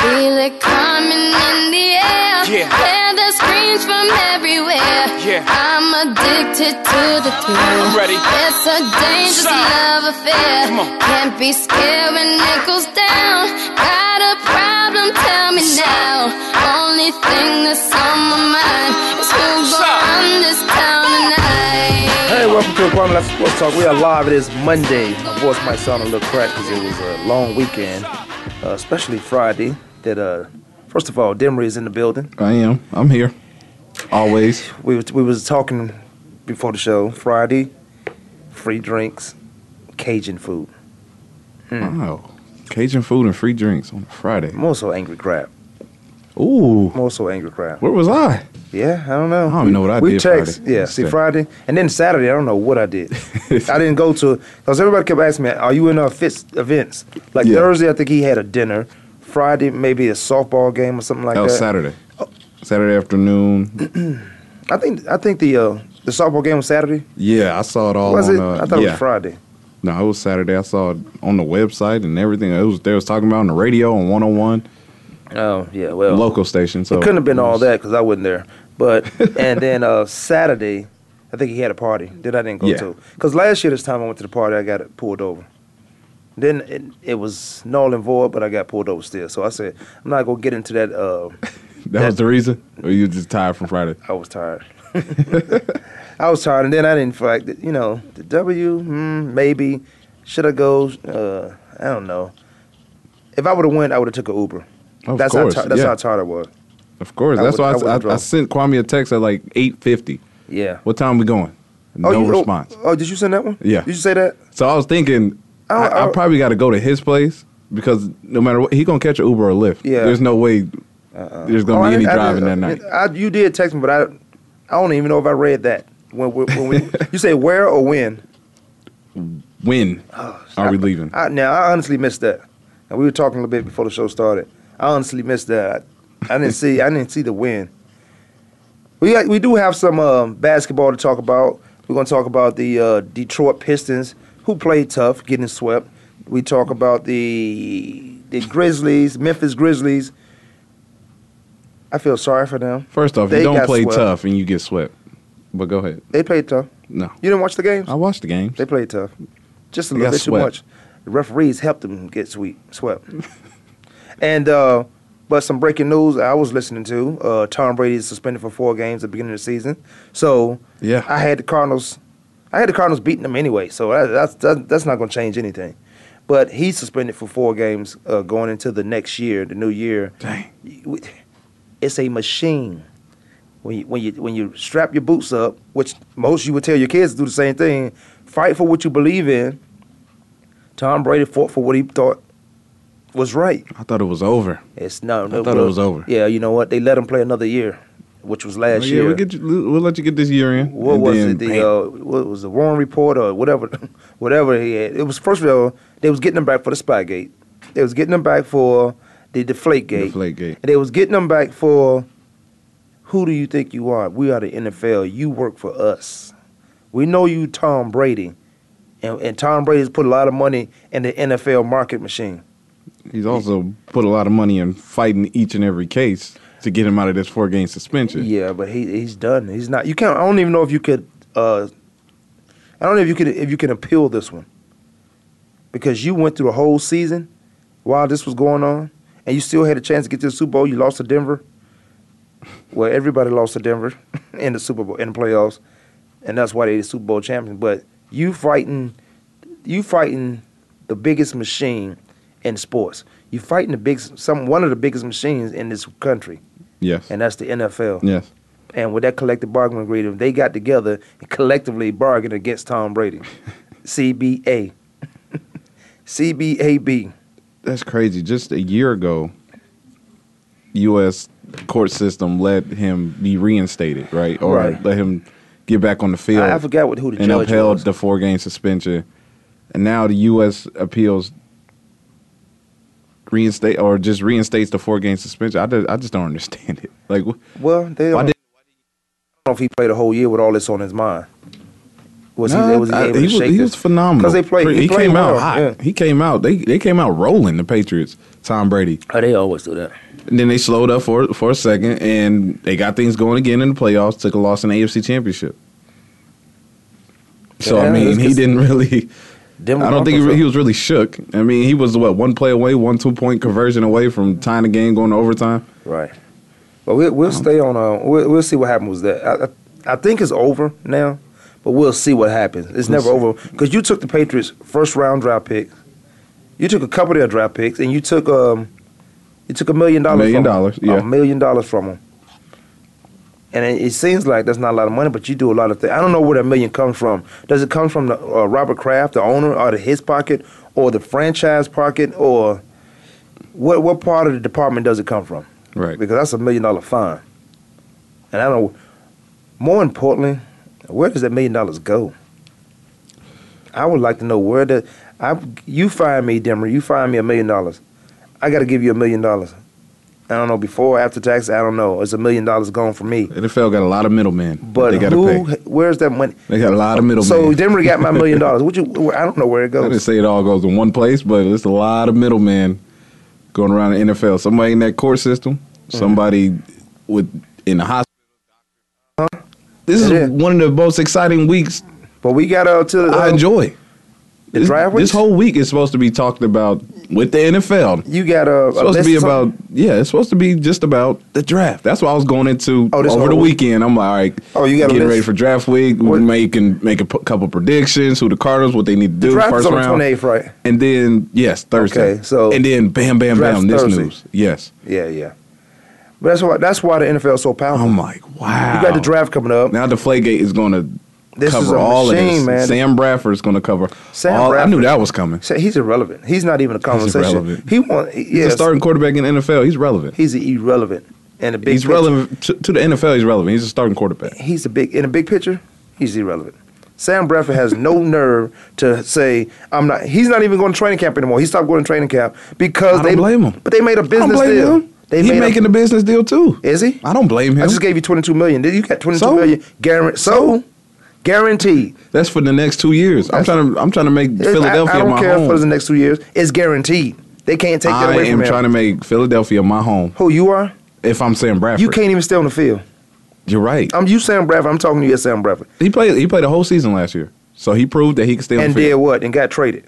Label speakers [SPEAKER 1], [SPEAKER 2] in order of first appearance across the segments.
[SPEAKER 1] Feel it coming in the air.
[SPEAKER 2] Yeah.
[SPEAKER 1] Hear the screams from everywhere.
[SPEAKER 2] Yeah.
[SPEAKER 1] I'm addicted to the thrill.
[SPEAKER 2] I'm ready.
[SPEAKER 1] It's a dangerous
[SPEAKER 2] Side.
[SPEAKER 1] love affair.
[SPEAKER 2] Come on.
[SPEAKER 1] Can't be scared when it goes down. Got a problem? Tell me now. Only thing that's on my mind is who's gonna
[SPEAKER 2] Side.
[SPEAKER 1] run this town tonight.
[SPEAKER 3] Hey, welcome to Kwame Last Sports Talk. We are live. It is Monday. My voice might sound a little cracked because it was a long weekend, uh, especially Friday. That uh, first of all, Demery is in the building.
[SPEAKER 4] I am. I'm here. Always.
[SPEAKER 3] We was, we was talking before the show. Friday, free drinks, Cajun food. Hmm.
[SPEAKER 4] Wow. Cajun food and free drinks on a Friday.
[SPEAKER 3] I'm also angry crab.
[SPEAKER 4] Ooh.
[SPEAKER 3] I'm also angry crab.
[SPEAKER 4] Where was I?
[SPEAKER 3] Yeah, I don't know.
[SPEAKER 4] I don't even know what I
[SPEAKER 3] we
[SPEAKER 4] did
[SPEAKER 3] text.
[SPEAKER 4] Friday.
[SPEAKER 3] Yeah,
[SPEAKER 4] Let's
[SPEAKER 3] see
[SPEAKER 4] see.
[SPEAKER 3] Friday, and then Saturday. I don't know what I did. I didn't go to because everybody kept asking me, "Are you in uh, fits events?" Like
[SPEAKER 4] Yeah.
[SPEAKER 3] Thursday, I think he had a dinner. Friday, maybe a softball game or something like
[SPEAKER 4] That was
[SPEAKER 3] that. Oh.
[SPEAKER 4] Saturday. Saturday afternoon.
[SPEAKER 3] I think I think the uh, the softball game was Saturday.
[SPEAKER 4] Yeah, I saw it all
[SPEAKER 3] was
[SPEAKER 4] on.
[SPEAKER 3] it?
[SPEAKER 4] Uh,
[SPEAKER 3] I thought
[SPEAKER 4] yeah.
[SPEAKER 3] it was Friday.
[SPEAKER 4] No, it was Saturday. I saw it on the website and everything. It was they was talking about on the radio on 101
[SPEAKER 3] Oh yeah, well,
[SPEAKER 4] local station. So
[SPEAKER 3] it couldn't have been all
[SPEAKER 4] was-
[SPEAKER 3] that because I wasn't there. But and then uh, Saturday, I think he had a party that I didn't go
[SPEAKER 4] Yeah.
[SPEAKER 3] to. Because last year this time I went to the party, I got pulled over. Then it, it was null and void, but I got pulled over still. So I said I'm not gonna get into that. Uh,
[SPEAKER 4] That was the reason. Or you just tired from Friday?
[SPEAKER 3] I was tired. I was tired, and then I didn't feel like the, you know the W. Mm, maybe should I go? Uh, I don't know. If I would have went, I would have took an Uber.
[SPEAKER 4] Of
[SPEAKER 3] that's
[SPEAKER 4] course,
[SPEAKER 3] how ti- that's
[SPEAKER 4] yeah.
[SPEAKER 3] how tired I was.
[SPEAKER 4] Of course.
[SPEAKER 3] I
[SPEAKER 4] That's
[SPEAKER 3] would- I would
[SPEAKER 4] why I,
[SPEAKER 3] have
[SPEAKER 4] I, I,
[SPEAKER 3] drove.
[SPEAKER 4] sent Kwame a text at like 8:50.
[SPEAKER 3] Yeah.
[SPEAKER 4] What time we going? No
[SPEAKER 3] oh, you, oh,
[SPEAKER 4] response.
[SPEAKER 3] Oh, did you send that one?
[SPEAKER 4] Yeah.
[SPEAKER 3] Did you say that?
[SPEAKER 4] So I was thinking,
[SPEAKER 3] Oh,
[SPEAKER 4] I, I
[SPEAKER 3] oh.
[SPEAKER 4] probably got to go to his place because no matter what, he gonna catch an Uber or Lyft.
[SPEAKER 3] Yeah.
[SPEAKER 4] there's no way there's
[SPEAKER 3] Oh,
[SPEAKER 4] gonna
[SPEAKER 3] I
[SPEAKER 4] be any
[SPEAKER 3] didn't- I
[SPEAKER 4] driving that
[SPEAKER 3] didn't-
[SPEAKER 4] night.
[SPEAKER 3] I, you did text me, but I, I don't even know if I read that. When, we- when we, you say where or when?
[SPEAKER 4] When are we leaving?
[SPEAKER 3] Oh, I, now I honestly missed that. And we were talking a little bit before the show started. I honestly missed that. I, I didn't see. I didn't see the win. We got, we do have some um, basketball to talk about. We're gonna talk about the uh, Detroit Pistons, who played tough, getting swept. We talk about the the Grizzlies, Memphis Grizzlies. I feel sorry for them.
[SPEAKER 4] First off,
[SPEAKER 3] They
[SPEAKER 4] you don't
[SPEAKER 3] got
[SPEAKER 4] play
[SPEAKER 3] swept.
[SPEAKER 4] tough and you get swept. But go ahead.
[SPEAKER 3] They played tough.
[SPEAKER 4] No,
[SPEAKER 3] You didn't watch the games.
[SPEAKER 4] I watched the game.
[SPEAKER 3] They played tough. Just a
[SPEAKER 4] They
[SPEAKER 3] little
[SPEAKER 4] got
[SPEAKER 3] bit too
[SPEAKER 4] swept.
[SPEAKER 3] much. The referees helped them get sweep, swept. and uh, but some breaking news I was listening to: uh, Tom Brady is suspended for four games at the beginning of the season. So
[SPEAKER 4] Yeah.
[SPEAKER 3] I had the Cardinals. I had the Cardinals beating them anyway, so that, that's that, that's not going to change anything. But he's suspended for four games uh, going into the next year, the new year.
[SPEAKER 4] Dang.
[SPEAKER 3] It's a machine. When you, when you when you strap your boots up, which most you would tell your kids to do the same thing, fight for what you believe in. Tom Brady fought for what he thought was right.
[SPEAKER 4] I thought it was over.
[SPEAKER 3] It's no, no.
[SPEAKER 4] thought it
[SPEAKER 3] well,
[SPEAKER 4] was over.
[SPEAKER 3] Yeah, you know what? They let him play another year, which was last
[SPEAKER 4] Well,
[SPEAKER 3] year.
[SPEAKER 4] yeah, we'll get you, we'll let you get this year in.
[SPEAKER 3] what
[SPEAKER 4] and
[SPEAKER 3] was
[SPEAKER 4] then,
[SPEAKER 3] it? The
[SPEAKER 4] bam.
[SPEAKER 3] uh, what was the Warren report or whatever, whatever he had. It was first of all they was getting him back for the Spygate. They was getting him back for the Deflate Gate.
[SPEAKER 4] Deflategate.
[SPEAKER 3] And they was getting him back for who do you think you are? We are the NFL. You work for us. We know you, Tom Brady, and, and Tom Brady's put a lot of money in the NFL market machine.
[SPEAKER 4] he's also put a lot of money in fighting each and every case to get him out of this four game suspension.
[SPEAKER 3] Yeah, but he he's done. He's not. You can't. I don't even know if you could. Uh, I don't know if you could if you can appeal this one because you went through the whole season while this was going on, and you still had a chance to get to the Super Bowl. You lost to Denver. Well, everybody lost to Denver in the Super Bowl in the playoffs, and that's why they the Super Bowl champion. But you fighting, you fighting the biggest machine in sports. You fighting the big some one of the biggest machines in this country,
[SPEAKER 4] Yes.
[SPEAKER 3] and that's the NFL.
[SPEAKER 4] yes.
[SPEAKER 3] And with that collective bargaining agreement, they got together and collectively bargained against Tom Brady. CBA. CBAB.
[SPEAKER 4] That's crazy. Just a year ago, U.S. court system let him be reinstated, right? Or
[SPEAKER 3] Right.
[SPEAKER 4] let him get back on the field.
[SPEAKER 3] I, I forgot what, who the
[SPEAKER 4] and
[SPEAKER 3] judge
[SPEAKER 4] upheld
[SPEAKER 3] was.
[SPEAKER 4] the four game suspension. And now the U.S. appeals reinstate or just reinstates the four game suspension. I just, I just don't understand it. Like, wh-
[SPEAKER 3] well, they
[SPEAKER 4] why
[SPEAKER 3] don't,
[SPEAKER 4] did
[SPEAKER 3] I don't know if he played a whole year with all this on his mind. Was
[SPEAKER 4] Nah,
[SPEAKER 3] he? Was he
[SPEAKER 4] I-
[SPEAKER 3] able to
[SPEAKER 4] was,
[SPEAKER 3] shake
[SPEAKER 4] he
[SPEAKER 3] this?
[SPEAKER 4] was phenomenal.
[SPEAKER 3] 'Cause they played- he
[SPEAKER 4] He,
[SPEAKER 3] played
[SPEAKER 4] came
[SPEAKER 3] well,
[SPEAKER 4] out hot.
[SPEAKER 3] yeah.
[SPEAKER 4] He came out. They they came out rolling the Patriots. Tom Brady.
[SPEAKER 3] Oh, they always do that.
[SPEAKER 4] And then they slowed up for for a second, and they got things going again in the playoffs. Took a loss in the AFC Championship. So
[SPEAKER 3] Yeah,
[SPEAKER 4] I mean,
[SPEAKER 3] that's
[SPEAKER 4] he
[SPEAKER 3] just-
[SPEAKER 4] didn't really.
[SPEAKER 3] Denver
[SPEAKER 4] I don't think he,
[SPEAKER 3] Broncos,
[SPEAKER 4] re- he
[SPEAKER 3] though.
[SPEAKER 4] was really shook. I mean, he was what one play away, one two point conversion away from tying the game, going to overtime.
[SPEAKER 3] Right. But we'll,
[SPEAKER 4] Um,
[SPEAKER 3] we'll stay on. Uh, we'll, we'll see what happens with that. I, I, I think it's over now, but we'll see what happens. It's
[SPEAKER 4] We'll
[SPEAKER 3] never over because you took the Patriots' first round draft pick. You took a couple of their draft picks, and you took um, you took a million dollars.
[SPEAKER 4] Million
[SPEAKER 3] from 'em.
[SPEAKER 4] dollars, yeah.
[SPEAKER 3] a million dollars from them. And it, it seems like that's not a lot of money, but you do a lot of things. I don't know where that million comes from. Does it come from the, uh, Robert Kraft, the owner, out of his pocket, or the franchise pocket, or what? What part of the department does it come from?
[SPEAKER 4] Right.
[SPEAKER 3] because that's a million dollar fine. And I don't. More importantly, where does that million dollars go? I would like to know where the. I you find me, Demer. You find me a million dollars. I got to give you a million dollars. I don't know before, or after tax. I don't know. It's a million dollars gone for me.
[SPEAKER 4] NFL got a lot of middlemen. that
[SPEAKER 3] But
[SPEAKER 4] they got to
[SPEAKER 3] who?
[SPEAKER 4] pay.
[SPEAKER 3] Where's that money?
[SPEAKER 4] They got a lot of middlemen.
[SPEAKER 3] So Denver got my million dollars. Would you? I don't know where it
[SPEAKER 4] I didn't
[SPEAKER 3] goes.
[SPEAKER 4] say it all goes in one place, but it's a lot of middlemen going around the NFL. Somebody in that court system,
[SPEAKER 3] Mm-hmm.
[SPEAKER 4] somebody with in the hospital. This is
[SPEAKER 3] Yeah.
[SPEAKER 4] one of the most exciting weeks
[SPEAKER 3] But we got uh, to. Uh,
[SPEAKER 4] I enjoy.
[SPEAKER 3] the
[SPEAKER 4] this,
[SPEAKER 3] draft
[SPEAKER 4] this
[SPEAKER 3] weeks?
[SPEAKER 4] whole week is supposed to be talked about with the NFL. It's
[SPEAKER 3] You got uh, a.
[SPEAKER 4] supposed to
[SPEAKER 3] list
[SPEAKER 4] be
[SPEAKER 3] or something?
[SPEAKER 4] about yeah, it's supposed to be just about the draft. That's what I was going into
[SPEAKER 3] Oh, this
[SPEAKER 4] over the
[SPEAKER 3] whole-
[SPEAKER 4] weekend. I'm like, all right,
[SPEAKER 3] Oh, you got a list?
[SPEAKER 4] getting ready for draft week. We
[SPEAKER 3] What-
[SPEAKER 4] making make a p- couple predictions, who the Cardinals, what they need to do
[SPEAKER 3] Draft
[SPEAKER 4] first
[SPEAKER 3] is on the
[SPEAKER 4] round.
[SPEAKER 3] twenty eighth, right?
[SPEAKER 4] And then yes, Thursday.
[SPEAKER 3] Okay, so-
[SPEAKER 4] and then bam, bam,
[SPEAKER 3] Draft's
[SPEAKER 4] bam. This
[SPEAKER 3] Thursday.
[SPEAKER 4] news. Yes.
[SPEAKER 3] Yeah, yeah. But that's why. That's why the NFL is so powerful.
[SPEAKER 4] I'm like, Oh, wow.
[SPEAKER 3] You got the draft coming up.
[SPEAKER 4] Now the Flaygate is going to
[SPEAKER 3] This
[SPEAKER 4] cover
[SPEAKER 3] is a
[SPEAKER 4] all of
[SPEAKER 3] machine,
[SPEAKER 4] this.
[SPEAKER 3] man.
[SPEAKER 4] Sam Bradford is going to cover.
[SPEAKER 3] Sam
[SPEAKER 4] all, I knew
[SPEAKER 3] Bradford.
[SPEAKER 4] that was coming.
[SPEAKER 3] So he's irrelevant. He's not even a conversation.
[SPEAKER 4] irrelevant.
[SPEAKER 3] He want. He,
[SPEAKER 4] He's
[SPEAKER 3] yes,
[SPEAKER 4] a starting quarterback in the NFL. He's relevant.
[SPEAKER 3] he's irrelevant. And a big.
[SPEAKER 4] he's
[SPEAKER 3] picture-
[SPEAKER 4] relevant to, to the NFL. He's relevant. He's a starting quarterback.
[SPEAKER 3] He's a big. In a big picture, he's irrelevant. Sam Bradford has no nerve to say I'm not. He's not even going to training camp anymore. He stopped going to training camp because
[SPEAKER 4] I don't
[SPEAKER 3] they
[SPEAKER 4] blame him.
[SPEAKER 3] But they made a
[SPEAKER 4] I don't
[SPEAKER 3] business
[SPEAKER 4] blame
[SPEAKER 3] deal.
[SPEAKER 4] him.
[SPEAKER 3] They
[SPEAKER 4] He's
[SPEAKER 3] made
[SPEAKER 4] making
[SPEAKER 3] a,
[SPEAKER 4] a business deal too.
[SPEAKER 3] Is he?
[SPEAKER 4] I don't blame him.
[SPEAKER 3] I just gave you 22 million. Did you got 22
[SPEAKER 4] So?
[SPEAKER 3] million guaranteed? So guaranteed.
[SPEAKER 4] That's for the next two years. I'm trying to. I'm trying to make
[SPEAKER 3] I,
[SPEAKER 4] Philadelphia
[SPEAKER 3] I don't
[SPEAKER 4] my
[SPEAKER 3] care
[SPEAKER 4] home.
[SPEAKER 3] for the next two years. It's guaranteed. They can't take that
[SPEAKER 4] I
[SPEAKER 3] away
[SPEAKER 4] am
[SPEAKER 3] from
[SPEAKER 4] trying
[SPEAKER 3] him.
[SPEAKER 4] to make Philadelphia my home.
[SPEAKER 3] Who you are?
[SPEAKER 4] If I'm Sam Bradford,
[SPEAKER 3] You can't even stay on the field.
[SPEAKER 4] You're right.
[SPEAKER 3] I'm you, Sam Bradford. I'm talking to you, Sam Bradford.
[SPEAKER 4] He played. He played a whole season last year, so he proved that he could stay on
[SPEAKER 3] and
[SPEAKER 4] the
[SPEAKER 3] did
[SPEAKER 4] field.
[SPEAKER 3] what? And got traded.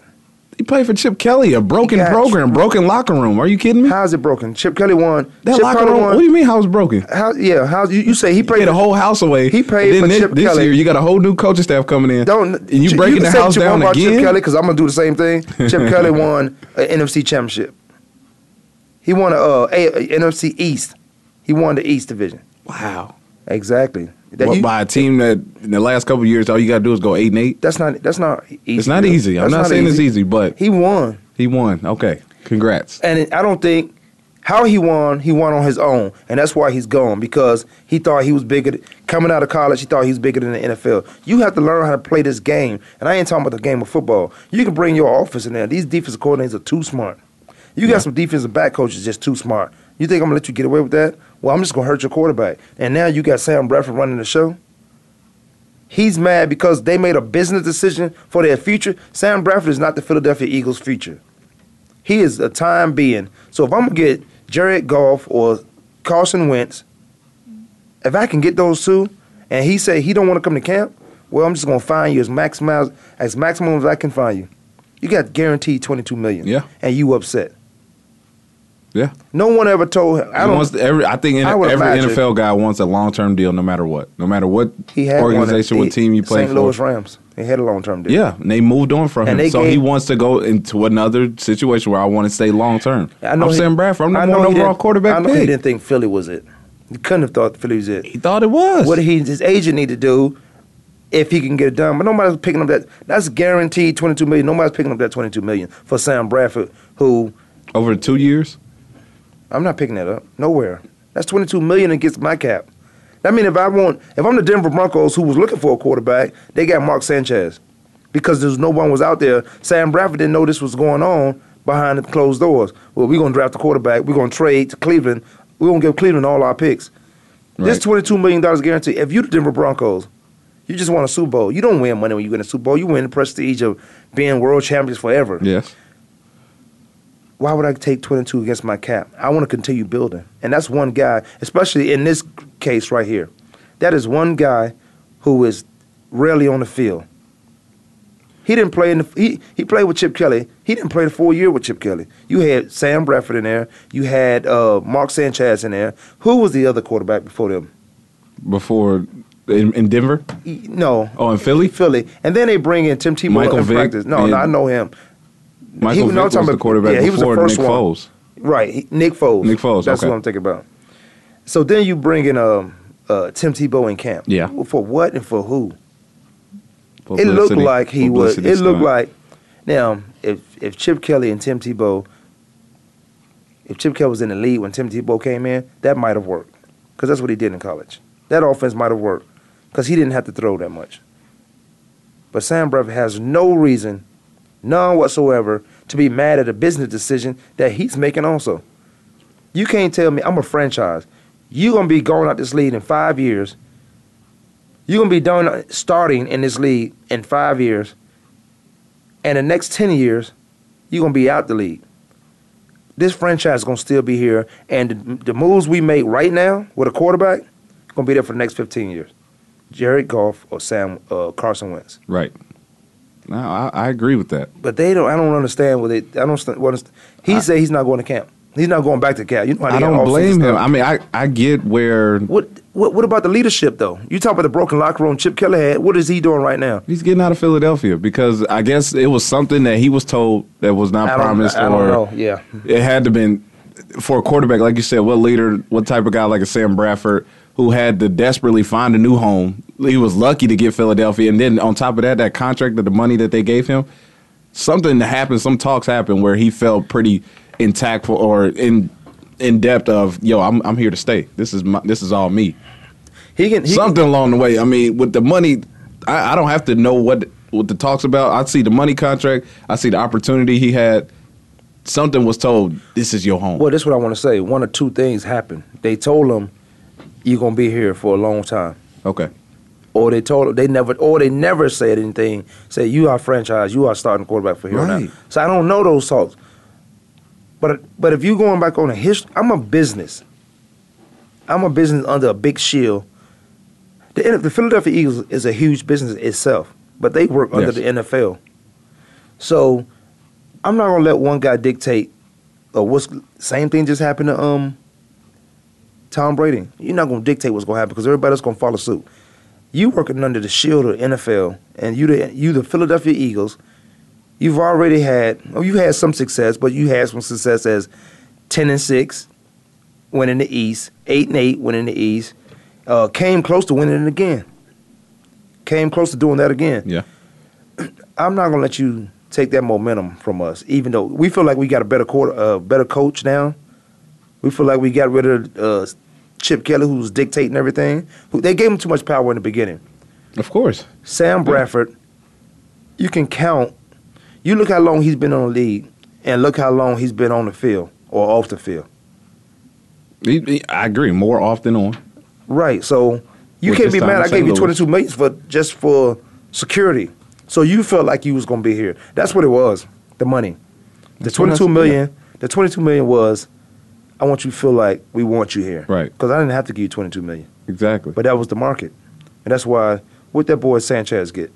[SPEAKER 4] He played for Chip Kelly, a broken
[SPEAKER 3] He got-
[SPEAKER 4] program, broken locker room. Are you kidding me?
[SPEAKER 3] How's it broken? Chip Kelly won.
[SPEAKER 4] that
[SPEAKER 3] Chip
[SPEAKER 4] locker
[SPEAKER 3] Kelly
[SPEAKER 4] room.
[SPEAKER 3] won.
[SPEAKER 4] What do you mean? How it's broken?
[SPEAKER 3] How? Yeah. How? You, you say he
[SPEAKER 4] Paid
[SPEAKER 3] played
[SPEAKER 4] a whole house away.
[SPEAKER 3] He paid
[SPEAKER 4] And
[SPEAKER 3] for
[SPEAKER 4] then thi-
[SPEAKER 3] Chip
[SPEAKER 4] this
[SPEAKER 3] Kelly.
[SPEAKER 4] year, you got a whole new coaching staff coming in.
[SPEAKER 3] Don't
[SPEAKER 4] and you
[SPEAKER 3] Chip-
[SPEAKER 4] breaking
[SPEAKER 3] can
[SPEAKER 4] the
[SPEAKER 3] say what
[SPEAKER 4] house
[SPEAKER 3] you want
[SPEAKER 4] down
[SPEAKER 3] about Chip
[SPEAKER 4] again?
[SPEAKER 3] Kelly because I'm gonna do the same thing. Chip Kelly won an NFC championship. He won a, uh, a, a NFC East. He won the East division.
[SPEAKER 4] Wow.
[SPEAKER 3] Exactly. That
[SPEAKER 4] Well,
[SPEAKER 3] you-
[SPEAKER 4] by a team that in the last couple of years, all you got to do is go eight and eight.
[SPEAKER 3] that's not. That's not. Easy,
[SPEAKER 4] It's not
[SPEAKER 3] though.
[SPEAKER 4] easy. I'm
[SPEAKER 3] That's
[SPEAKER 4] not, saying it's easy, but
[SPEAKER 3] He won.
[SPEAKER 4] he won. Okay, congrats.
[SPEAKER 3] And it- I don't think how he won, he won on his own, and that's why he's gone because he thought he was bigger th- coming out of college. He thought he was bigger than the NFL. You have to learn how to play this game, and I ain't talking about the game of football. You can bring your office in there. These defensive coordinators are too smart. You got some defensive back coaches just too smart. You think I'm gonna let you get away with that? Well, I'm just gonna hurt your quarterback. And now you got Sam Bradford running the show. He's mad because they made a business decision for their future. Sam Bradford is not the Philadelphia Eagles' future. He is a time being. So if I'm gonna get Jared Goff or Carson Wentz, if I can get those two, and he say he don't want to come to camp, well I'm just gonna find you as maximum as maximum as I can find you. You got guaranteed twenty two million.
[SPEAKER 4] Yeah.
[SPEAKER 3] And you upset.
[SPEAKER 4] Yeah.
[SPEAKER 3] No one ever told him. I
[SPEAKER 4] I,
[SPEAKER 3] don't.
[SPEAKER 4] wants every, I think in-
[SPEAKER 3] I would
[SPEAKER 4] every
[SPEAKER 3] imagine-
[SPEAKER 4] NFL guy wants a long term deal, no matter what, no matter what
[SPEAKER 3] he had
[SPEAKER 4] organization,
[SPEAKER 3] one
[SPEAKER 4] what
[SPEAKER 3] at the
[SPEAKER 4] team you play
[SPEAKER 3] St.
[SPEAKER 4] for.
[SPEAKER 3] Louis Rams. They had a long term deal.
[SPEAKER 4] Yeah, and they moved on from
[SPEAKER 3] And
[SPEAKER 4] him,
[SPEAKER 3] they
[SPEAKER 4] so he
[SPEAKER 3] gave-
[SPEAKER 4] wants to go into another situation where I want to stay long term.
[SPEAKER 3] I know
[SPEAKER 4] I'm
[SPEAKER 3] he-
[SPEAKER 4] Sam Bradford. I'm
[SPEAKER 3] I
[SPEAKER 4] the
[SPEAKER 3] know
[SPEAKER 4] one
[SPEAKER 3] he
[SPEAKER 4] overall
[SPEAKER 3] didn't- I
[SPEAKER 4] quarterback
[SPEAKER 3] know he
[SPEAKER 4] pick.
[SPEAKER 3] didn't think Philly was it. He couldn't have thought Philly was it.
[SPEAKER 4] He thought it was.
[SPEAKER 3] what he his agent need to do if he can get it done. But nobody's picking up that. That's guaranteed twenty two million. Nobody's picking up that twenty two million for Sam Bradford. Who
[SPEAKER 4] Over two years,
[SPEAKER 3] I'm not picking that up nowhere. That's twenty two million against my cap. I mean, if I want, if I'm the Denver Broncos who was looking for a quarterback, they got Mark Sanchez because there's no one was out there. Sam Bradford didn't know this was going on behind the closed doors. Well, we're gonna draft a quarterback. We're gonna trade to Cleveland. We're gonna give Cleveland all our picks. This
[SPEAKER 4] Right.
[SPEAKER 3] twenty-two million dollars guarantee. If you the Denver Broncos, You just won a Super Bowl. You don't win money when you win a Super Bowl. You win the prestige of being world champions forever.
[SPEAKER 4] Yes.
[SPEAKER 3] Why would I take 22 against my cap? I want to continue building. And that's one guy, especially in this case right here. That is one guy who is rarely on the field. He didn't play in the he, he played with Chip Kelly. He didn't play the full year with Chip Kelly. You had Sam Bradford in there. You had uh, Mark Sanchez in there. Who was the other quarterback before them?
[SPEAKER 4] Before in, in Denver.
[SPEAKER 3] E- No,
[SPEAKER 4] Oh, in Philly.
[SPEAKER 3] Philly, and then they bring in Tim Tebow
[SPEAKER 4] Michael
[SPEAKER 3] in
[SPEAKER 4] Vick
[SPEAKER 3] practice. No,
[SPEAKER 4] and-
[SPEAKER 3] no, I know him.
[SPEAKER 4] Michael
[SPEAKER 3] was-
[SPEAKER 4] Vick
[SPEAKER 3] no, I'm
[SPEAKER 4] was
[SPEAKER 3] talking
[SPEAKER 4] the
[SPEAKER 3] about-
[SPEAKER 4] quarterback
[SPEAKER 3] yeah, he was the
[SPEAKER 4] before
[SPEAKER 3] first
[SPEAKER 4] Nick
[SPEAKER 3] one.
[SPEAKER 4] Foles.
[SPEAKER 3] Right, he- Nick Foles.
[SPEAKER 4] Nick Foles,
[SPEAKER 3] That's
[SPEAKER 4] okay.
[SPEAKER 3] what I'm thinking about. So then you bring in um, uh, Tim Tebow in camp.
[SPEAKER 4] Yeah.
[SPEAKER 3] For what and for who? it looked
[SPEAKER 4] Publicity-
[SPEAKER 3] like he was.
[SPEAKER 4] publicity
[SPEAKER 3] It looked
[SPEAKER 4] stunt.
[SPEAKER 3] like now if if Chip Kelly and Tim Tebow, if Chip Kelly was in the lead when Tim Tebow came in, that might have worked because that's what he did in college. That offense might have worked because he didn't have to throw that much. But Sam Bradford has no reason, none whatsoever, to be mad at a business decision that he's making. Also, you can't tell me I'm a franchise. You're gonna be going out this league in five years. You're gonna be done starting in this league in five years, and the next ten years, you're gonna be out the league. This franchise is gonna still be here, and the, the moves we make right now with a quarterback gonna be there for the next 15 years. Jared Goff or Sam uh, Carson Wentz,
[SPEAKER 4] Right. No, I, I agree with that.
[SPEAKER 3] but they don't. I don't understand what they. I don't. st- What underst- he said he's not going to camp. He's not going back to camp. You know. How they
[SPEAKER 4] I
[SPEAKER 3] got
[SPEAKER 4] don't
[SPEAKER 3] all sorts of
[SPEAKER 4] blame him.
[SPEAKER 3] stuff.
[SPEAKER 4] I mean, I, I get where
[SPEAKER 3] What, what what about the leadership though? You talk about the broken locker room. Chip Kelly had. What is he doing right now?
[SPEAKER 4] he's getting out of Philadelphia because I guess it was something that he was told that was not
[SPEAKER 3] I don't-
[SPEAKER 4] promised
[SPEAKER 3] I don't
[SPEAKER 4] or
[SPEAKER 3] know. Yeah.
[SPEAKER 4] it had to been for a quarterback like you said. What leader? What type of guy like a Sam Bradford who had to desperately find a new home? He was lucky to get Philadelphia, and then on top of that, that contract of the money that they gave him, something happened. Some talks happened where he felt pretty intact for, or in in depth of yo, I'm I'm here to stay. This is my, this is all me.
[SPEAKER 3] He can. He,
[SPEAKER 4] something along the way. I mean, with the money, I, I don't have to know what what the talks about. I see the money contract. I see the opportunity he had. Something was told. This is your home.
[SPEAKER 3] Well, that's what I want to say. One or two things happened. They told him you're gonna be here for a long time,
[SPEAKER 4] Okay.
[SPEAKER 3] or they told him they never, or they never said anything. Say you are franchise, you are starting quarterback for here on
[SPEAKER 4] Right.
[SPEAKER 3] out. So I don't know those talks. But but if you going back on a history, I'm a business. I'm a business under a big shield. The, N- the Philadelphia Eagles is a huge business itself, but they work under
[SPEAKER 4] Yes.
[SPEAKER 3] the NFL. So I'm not gonna let one guy dictate. Or what's same thing just happened to um Tom Brady. You're not gonna dictate what's gonna happen because everybody's gonna follow suit. You working under the shield of NFL, and you the you the Philadelphia Eagles. You've already had oh you had some success, but you had some success as ten and six, winning the East, eight and eight, winning the East. Uh, came close to winning it again. Came close to doing that again.
[SPEAKER 4] Yeah.
[SPEAKER 3] I'm not gonna let you take that momentum from us, even though we feel like we got a better quarter, uh, better coach now. We feel like we got rid of uh, Chip Kelly, who's dictating everything. Who they gave him too much power in the beginning.
[SPEAKER 4] Of course.
[SPEAKER 3] Sam Bradford, you can count. You look how long he's been on the league, and look how long he's been on the field or off the field.
[SPEAKER 4] He- he- I agree. More often on.
[SPEAKER 3] Right. So you
[SPEAKER 4] Well,
[SPEAKER 3] can't
[SPEAKER 4] this
[SPEAKER 3] be
[SPEAKER 4] time
[SPEAKER 3] mad.
[SPEAKER 4] in
[SPEAKER 3] I
[SPEAKER 4] St.
[SPEAKER 3] gave you
[SPEAKER 4] Louis.
[SPEAKER 3] 22 millions for just for security. So you felt like you was gonna be here. That's what it was. The money. The
[SPEAKER 4] what I
[SPEAKER 3] 22
[SPEAKER 4] said,
[SPEAKER 3] million. The 22 million was. I want you to feel like we want you here.
[SPEAKER 4] Right.
[SPEAKER 3] Because I didn't have to give you 22 million,
[SPEAKER 4] Exactly.
[SPEAKER 3] but that was the market, and that's why what that boy Sanchez get,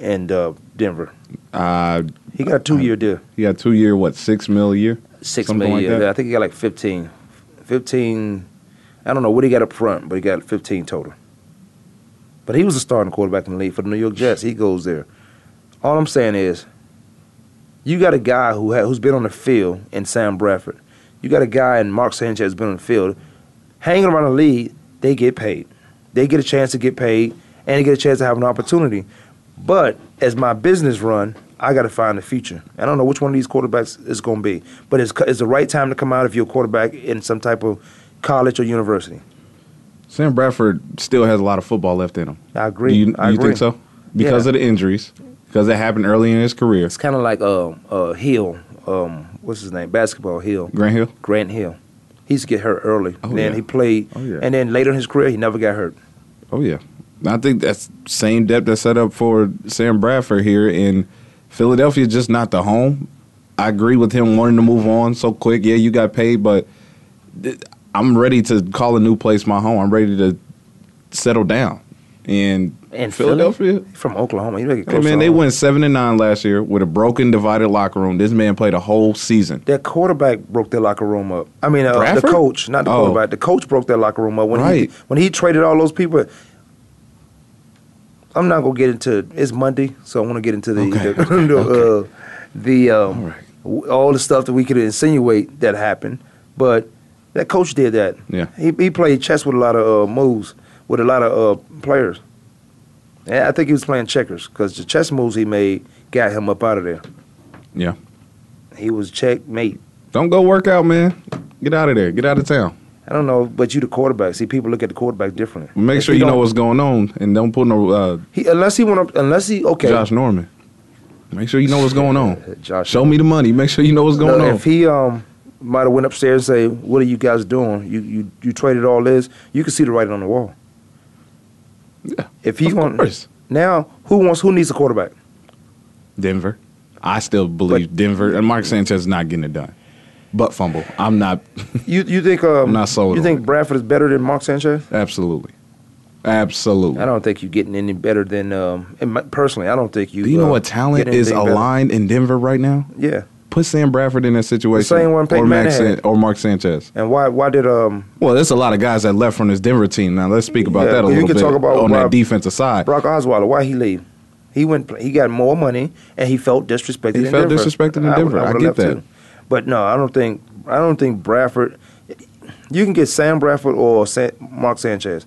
[SPEAKER 3] and uh, Denver.
[SPEAKER 4] uh,
[SPEAKER 3] He got a two year deal.
[SPEAKER 4] he got two year what six mil a year.
[SPEAKER 3] Six
[SPEAKER 4] Something
[SPEAKER 3] million. yeah,
[SPEAKER 4] like that.
[SPEAKER 3] I think he got like 15. 15, I don't know what he got up front, but he got 15 total. But he was a starting quarterback in the league for the New York Jets. He goes there. All I'm saying is, you got a guy who ha- who's been on the field in Sam Bradford. You got a guy in Mark Sanchez who's been on the field. Hanging around the league, they get paid. They get a chance to get paid, and they get a chance to have an opportunity. But as my business run, I got to find the future. I don't know which one of these quarterbacks is going to be, but it's, it's the right time to come out if you're a quarterback in some type of college or university.
[SPEAKER 4] Sam Bradford still has a lot of football left in him.
[SPEAKER 3] I agree.
[SPEAKER 4] Do you,
[SPEAKER 3] I
[SPEAKER 4] you
[SPEAKER 3] agree.
[SPEAKER 4] think so? Because
[SPEAKER 3] Yeah.
[SPEAKER 4] of the injuries. Because it happened early in his career.
[SPEAKER 3] It's kind of like uh, uh, Hill, um, what's his name? Basketball Hill,
[SPEAKER 4] Grant Hill.
[SPEAKER 3] Grant Hill. He used to get hurt early.
[SPEAKER 4] Oh,
[SPEAKER 3] then
[SPEAKER 4] yeah.
[SPEAKER 3] he played,
[SPEAKER 4] Oh, yeah.
[SPEAKER 3] and then later in his career, he never got hurt.
[SPEAKER 4] Oh yeah. I think that's same depth that's set up for Sam Bradford here in Philadelphia. is Just not the home. I agree with him wanting to move on so quick. Yeah, you got paid, but th- I'm ready to call a new place my home. I'm ready to settle down. And
[SPEAKER 2] In Philly?
[SPEAKER 4] Philadelphia,
[SPEAKER 3] From Oklahoma, you make it
[SPEAKER 4] Hey
[SPEAKER 3] close
[SPEAKER 4] man,
[SPEAKER 3] to
[SPEAKER 4] they
[SPEAKER 3] home.
[SPEAKER 4] went seven and nine last year with a broken, divided locker room. This man played a whole season.
[SPEAKER 3] Their quarterback broke their locker room up. I mean, uh, the
[SPEAKER 4] Bradford?
[SPEAKER 3] coach, not the
[SPEAKER 4] Oh.
[SPEAKER 3] quarterback. The coach broke their locker room up when
[SPEAKER 4] Right.
[SPEAKER 3] he when he traded all those people. I'm not gonna get into it's Monday, so I want to get into the
[SPEAKER 4] Okay.
[SPEAKER 3] the, the, Uh, the um,
[SPEAKER 4] All right.
[SPEAKER 3] w- all the stuff that we could insinuate that happened, but that coach did that.
[SPEAKER 4] Yeah.
[SPEAKER 3] he he played chess with a lot of uh, moves with a lot of uh, players. And I think he was playing checkers because the chess moves he made got him up out of there.
[SPEAKER 4] Yeah.
[SPEAKER 3] He was checkmate.
[SPEAKER 4] Don't go work out, man. Get out of there. Get out of town.
[SPEAKER 3] I don't know, but you the quarterback. See, people look at the quarterback differently.
[SPEAKER 4] Make
[SPEAKER 3] If
[SPEAKER 4] sure
[SPEAKER 3] he
[SPEAKER 4] you know
[SPEAKER 3] don't-
[SPEAKER 4] what's going on and don't put no uh,
[SPEAKER 3] he, unless he went up. Unless he okay.
[SPEAKER 4] Josh Norman. Make sure you know what's going on.
[SPEAKER 3] Josh.
[SPEAKER 4] Show me the money. Make sure you know what's
[SPEAKER 3] No,
[SPEAKER 4] going on.
[SPEAKER 3] If he um might have went upstairs and say, "What are you guys doing? You you you traded all this." You can see the writing on the wall.
[SPEAKER 4] Yeah,
[SPEAKER 3] If he
[SPEAKER 4] of
[SPEAKER 3] wants
[SPEAKER 4] course.
[SPEAKER 3] now, who wants who needs a quarterback?
[SPEAKER 4] Denver. I still believe Denver and Mark Sanchez is not getting it done. Butt fumble. I'm not.
[SPEAKER 3] You you think um
[SPEAKER 4] I'm not sold
[SPEAKER 3] you
[SPEAKER 4] on
[SPEAKER 3] think
[SPEAKER 4] it.
[SPEAKER 3] Bradford is better than Mark Sanchez?
[SPEAKER 4] Absolutely. Absolutely.
[SPEAKER 3] I don't think you're getting any better than um and my- personally. I don't think you.
[SPEAKER 4] Do you
[SPEAKER 3] uh,
[SPEAKER 4] know what talent
[SPEAKER 3] get
[SPEAKER 4] is
[SPEAKER 3] anything better.
[SPEAKER 4] aligned in Denver right now?
[SPEAKER 3] Yeah,
[SPEAKER 4] Put Sam Bradford in that situation.
[SPEAKER 3] same one Peyton
[SPEAKER 4] or, Max
[SPEAKER 3] Manning
[SPEAKER 4] San- or Mark Sanchez.
[SPEAKER 3] and why why did um
[SPEAKER 4] Well, there's a lot of guys that left from this Denver team. Now let's speak about
[SPEAKER 3] Yeah,
[SPEAKER 4] that a
[SPEAKER 3] you
[SPEAKER 4] little
[SPEAKER 3] can
[SPEAKER 4] bit
[SPEAKER 3] talk about
[SPEAKER 4] on
[SPEAKER 3] why-
[SPEAKER 4] that defensive side.
[SPEAKER 3] Brock Osweiler, why he leave? He went. He got more money, and he felt disrespected.
[SPEAKER 4] He
[SPEAKER 3] in
[SPEAKER 4] felt
[SPEAKER 3] Denver.
[SPEAKER 4] disrespected in
[SPEAKER 3] would-
[SPEAKER 4] Denver. I
[SPEAKER 3] would've left
[SPEAKER 4] get that.
[SPEAKER 3] But no, I don't think. I don't think Bradford. You can get Sam Bradford or San, Mark Sanchez.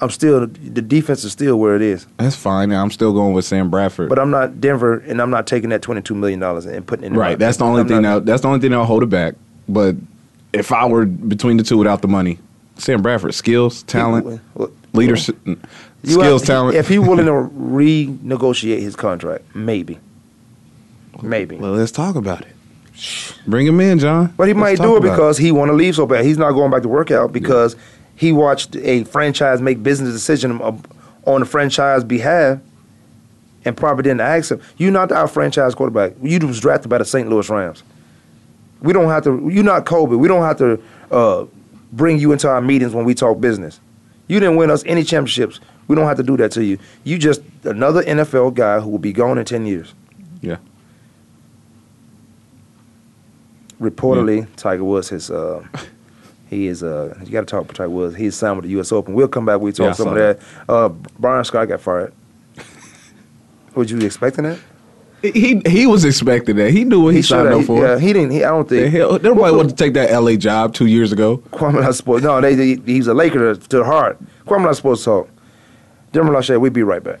[SPEAKER 3] I'm still the defense is still where it is,
[SPEAKER 4] That's fine. I'm still going with Sam Bradford.
[SPEAKER 3] but I'm not Denver, and I'm not taking that 22 million dollars and putting it in.
[SPEAKER 4] right. That's the only
[SPEAKER 3] I'm
[SPEAKER 4] thing.
[SPEAKER 3] not-
[SPEAKER 4] That, that's the only thing that'll hold it back. But if I were between the two without the money, Sam Bradford skills, talent,
[SPEAKER 3] Well,
[SPEAKER 4] leadership, mm,
[SPEAKER 3] you
[SPEAKER 4] skills,
[SPEAKER 3] have-
[SPEAKER 4] talent.
[SPEAKER 3] If he willing to renegotiate his contract, maybe, maybe.
[SPEAKER 4] well, let's talk about it. Bring him in, John.
[SPEAKER 3] But he
[SPEAKER 4] Let's
[SPEAKER 3] might
[SPEAKER 4] talk
[SPEAKER 3] do it
[SPEAKER 4] about
[SPEAKER 3] because he want to leave so bad. He's not going back to workout because he watched a franchise make business decision ab- on the franchise behalf and probably didn't ask him. You're not our franchise quarterback. You was drafted by the St. Louis Rams. We don't have to. You're not Kobe. We don't have to uh, bring you into our meetings when we talk business. You didn't win us any championships. We don't have to do that to you. You just another NFL guy who will be gone in ten years.
[SPEAKER 4] Yeah.
[SPEAKER 3] reportedly Tiger Woods has uh, he is uh you got to talk about Tiger Woods. He's signed with the U.S. Open. We'll come back. We talk
[SPEAKER 4] Yeah, I
[SPEAKER 3] some of
[SPEAKER 4] saw
[SPEAKER 3] that. Uh, Brian Scott got fired. Would you expecting that?
[SPEAKER 4] He he was expecting that. He knew what he, signed
[SPEAKER 3] shoulda-
[SPEAKER 4] up for.
[SPEAKER 3] Yeah, he didn't. He, I don't
[SPEAKER 4] The
[SPEAKER 3] think
[SPEAKER 4] hell- Nobody wanted to take that LA job two years ago.
[SPEAKER 3] Kwame not supposed. No, they, they, he's a Laker to, to the heart. Kwame not supposed to talk. Denver Lachey, we'll be right back.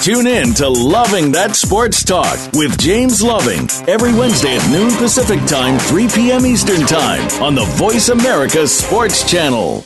[SPEAKER 5] Tune in to Loving That Sports Talk with James Loving every Wednesday at noon Pacific Time, 3 p.m. Eastern Time on the Voice America Sports Channel.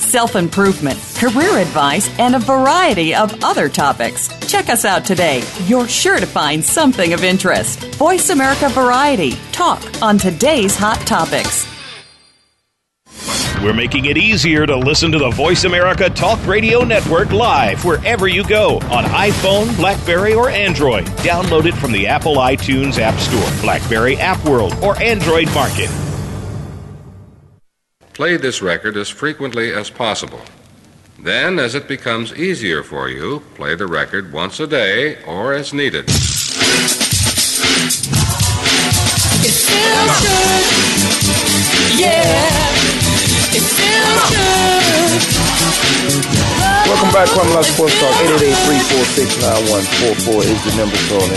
[SPEAKER 6] self improvement, career advice, and a variety of other topics. Check us out today. You're sure to find something of interest. Voice America Variety. Talk on today's hot topics.
[SPEAKER 7] We're making it easier to listen to the Voice America Talk Radio Network live wherever you go on iPhone, Blackberry, or Android. Download it from the Apple iTunes App Store, Blackberry App World, or Android Market.
[SPEAKER 2] Play this record as frequently as possible. Then, as it becomes easier for you, play the record once a day or as needed.
[SPEAKER 1] It feels good. Yeah. It feels good.
[SPEAKER 3] Welcome back, Kwame Lux Sports Talk. 888-346-9144 is the number to call in.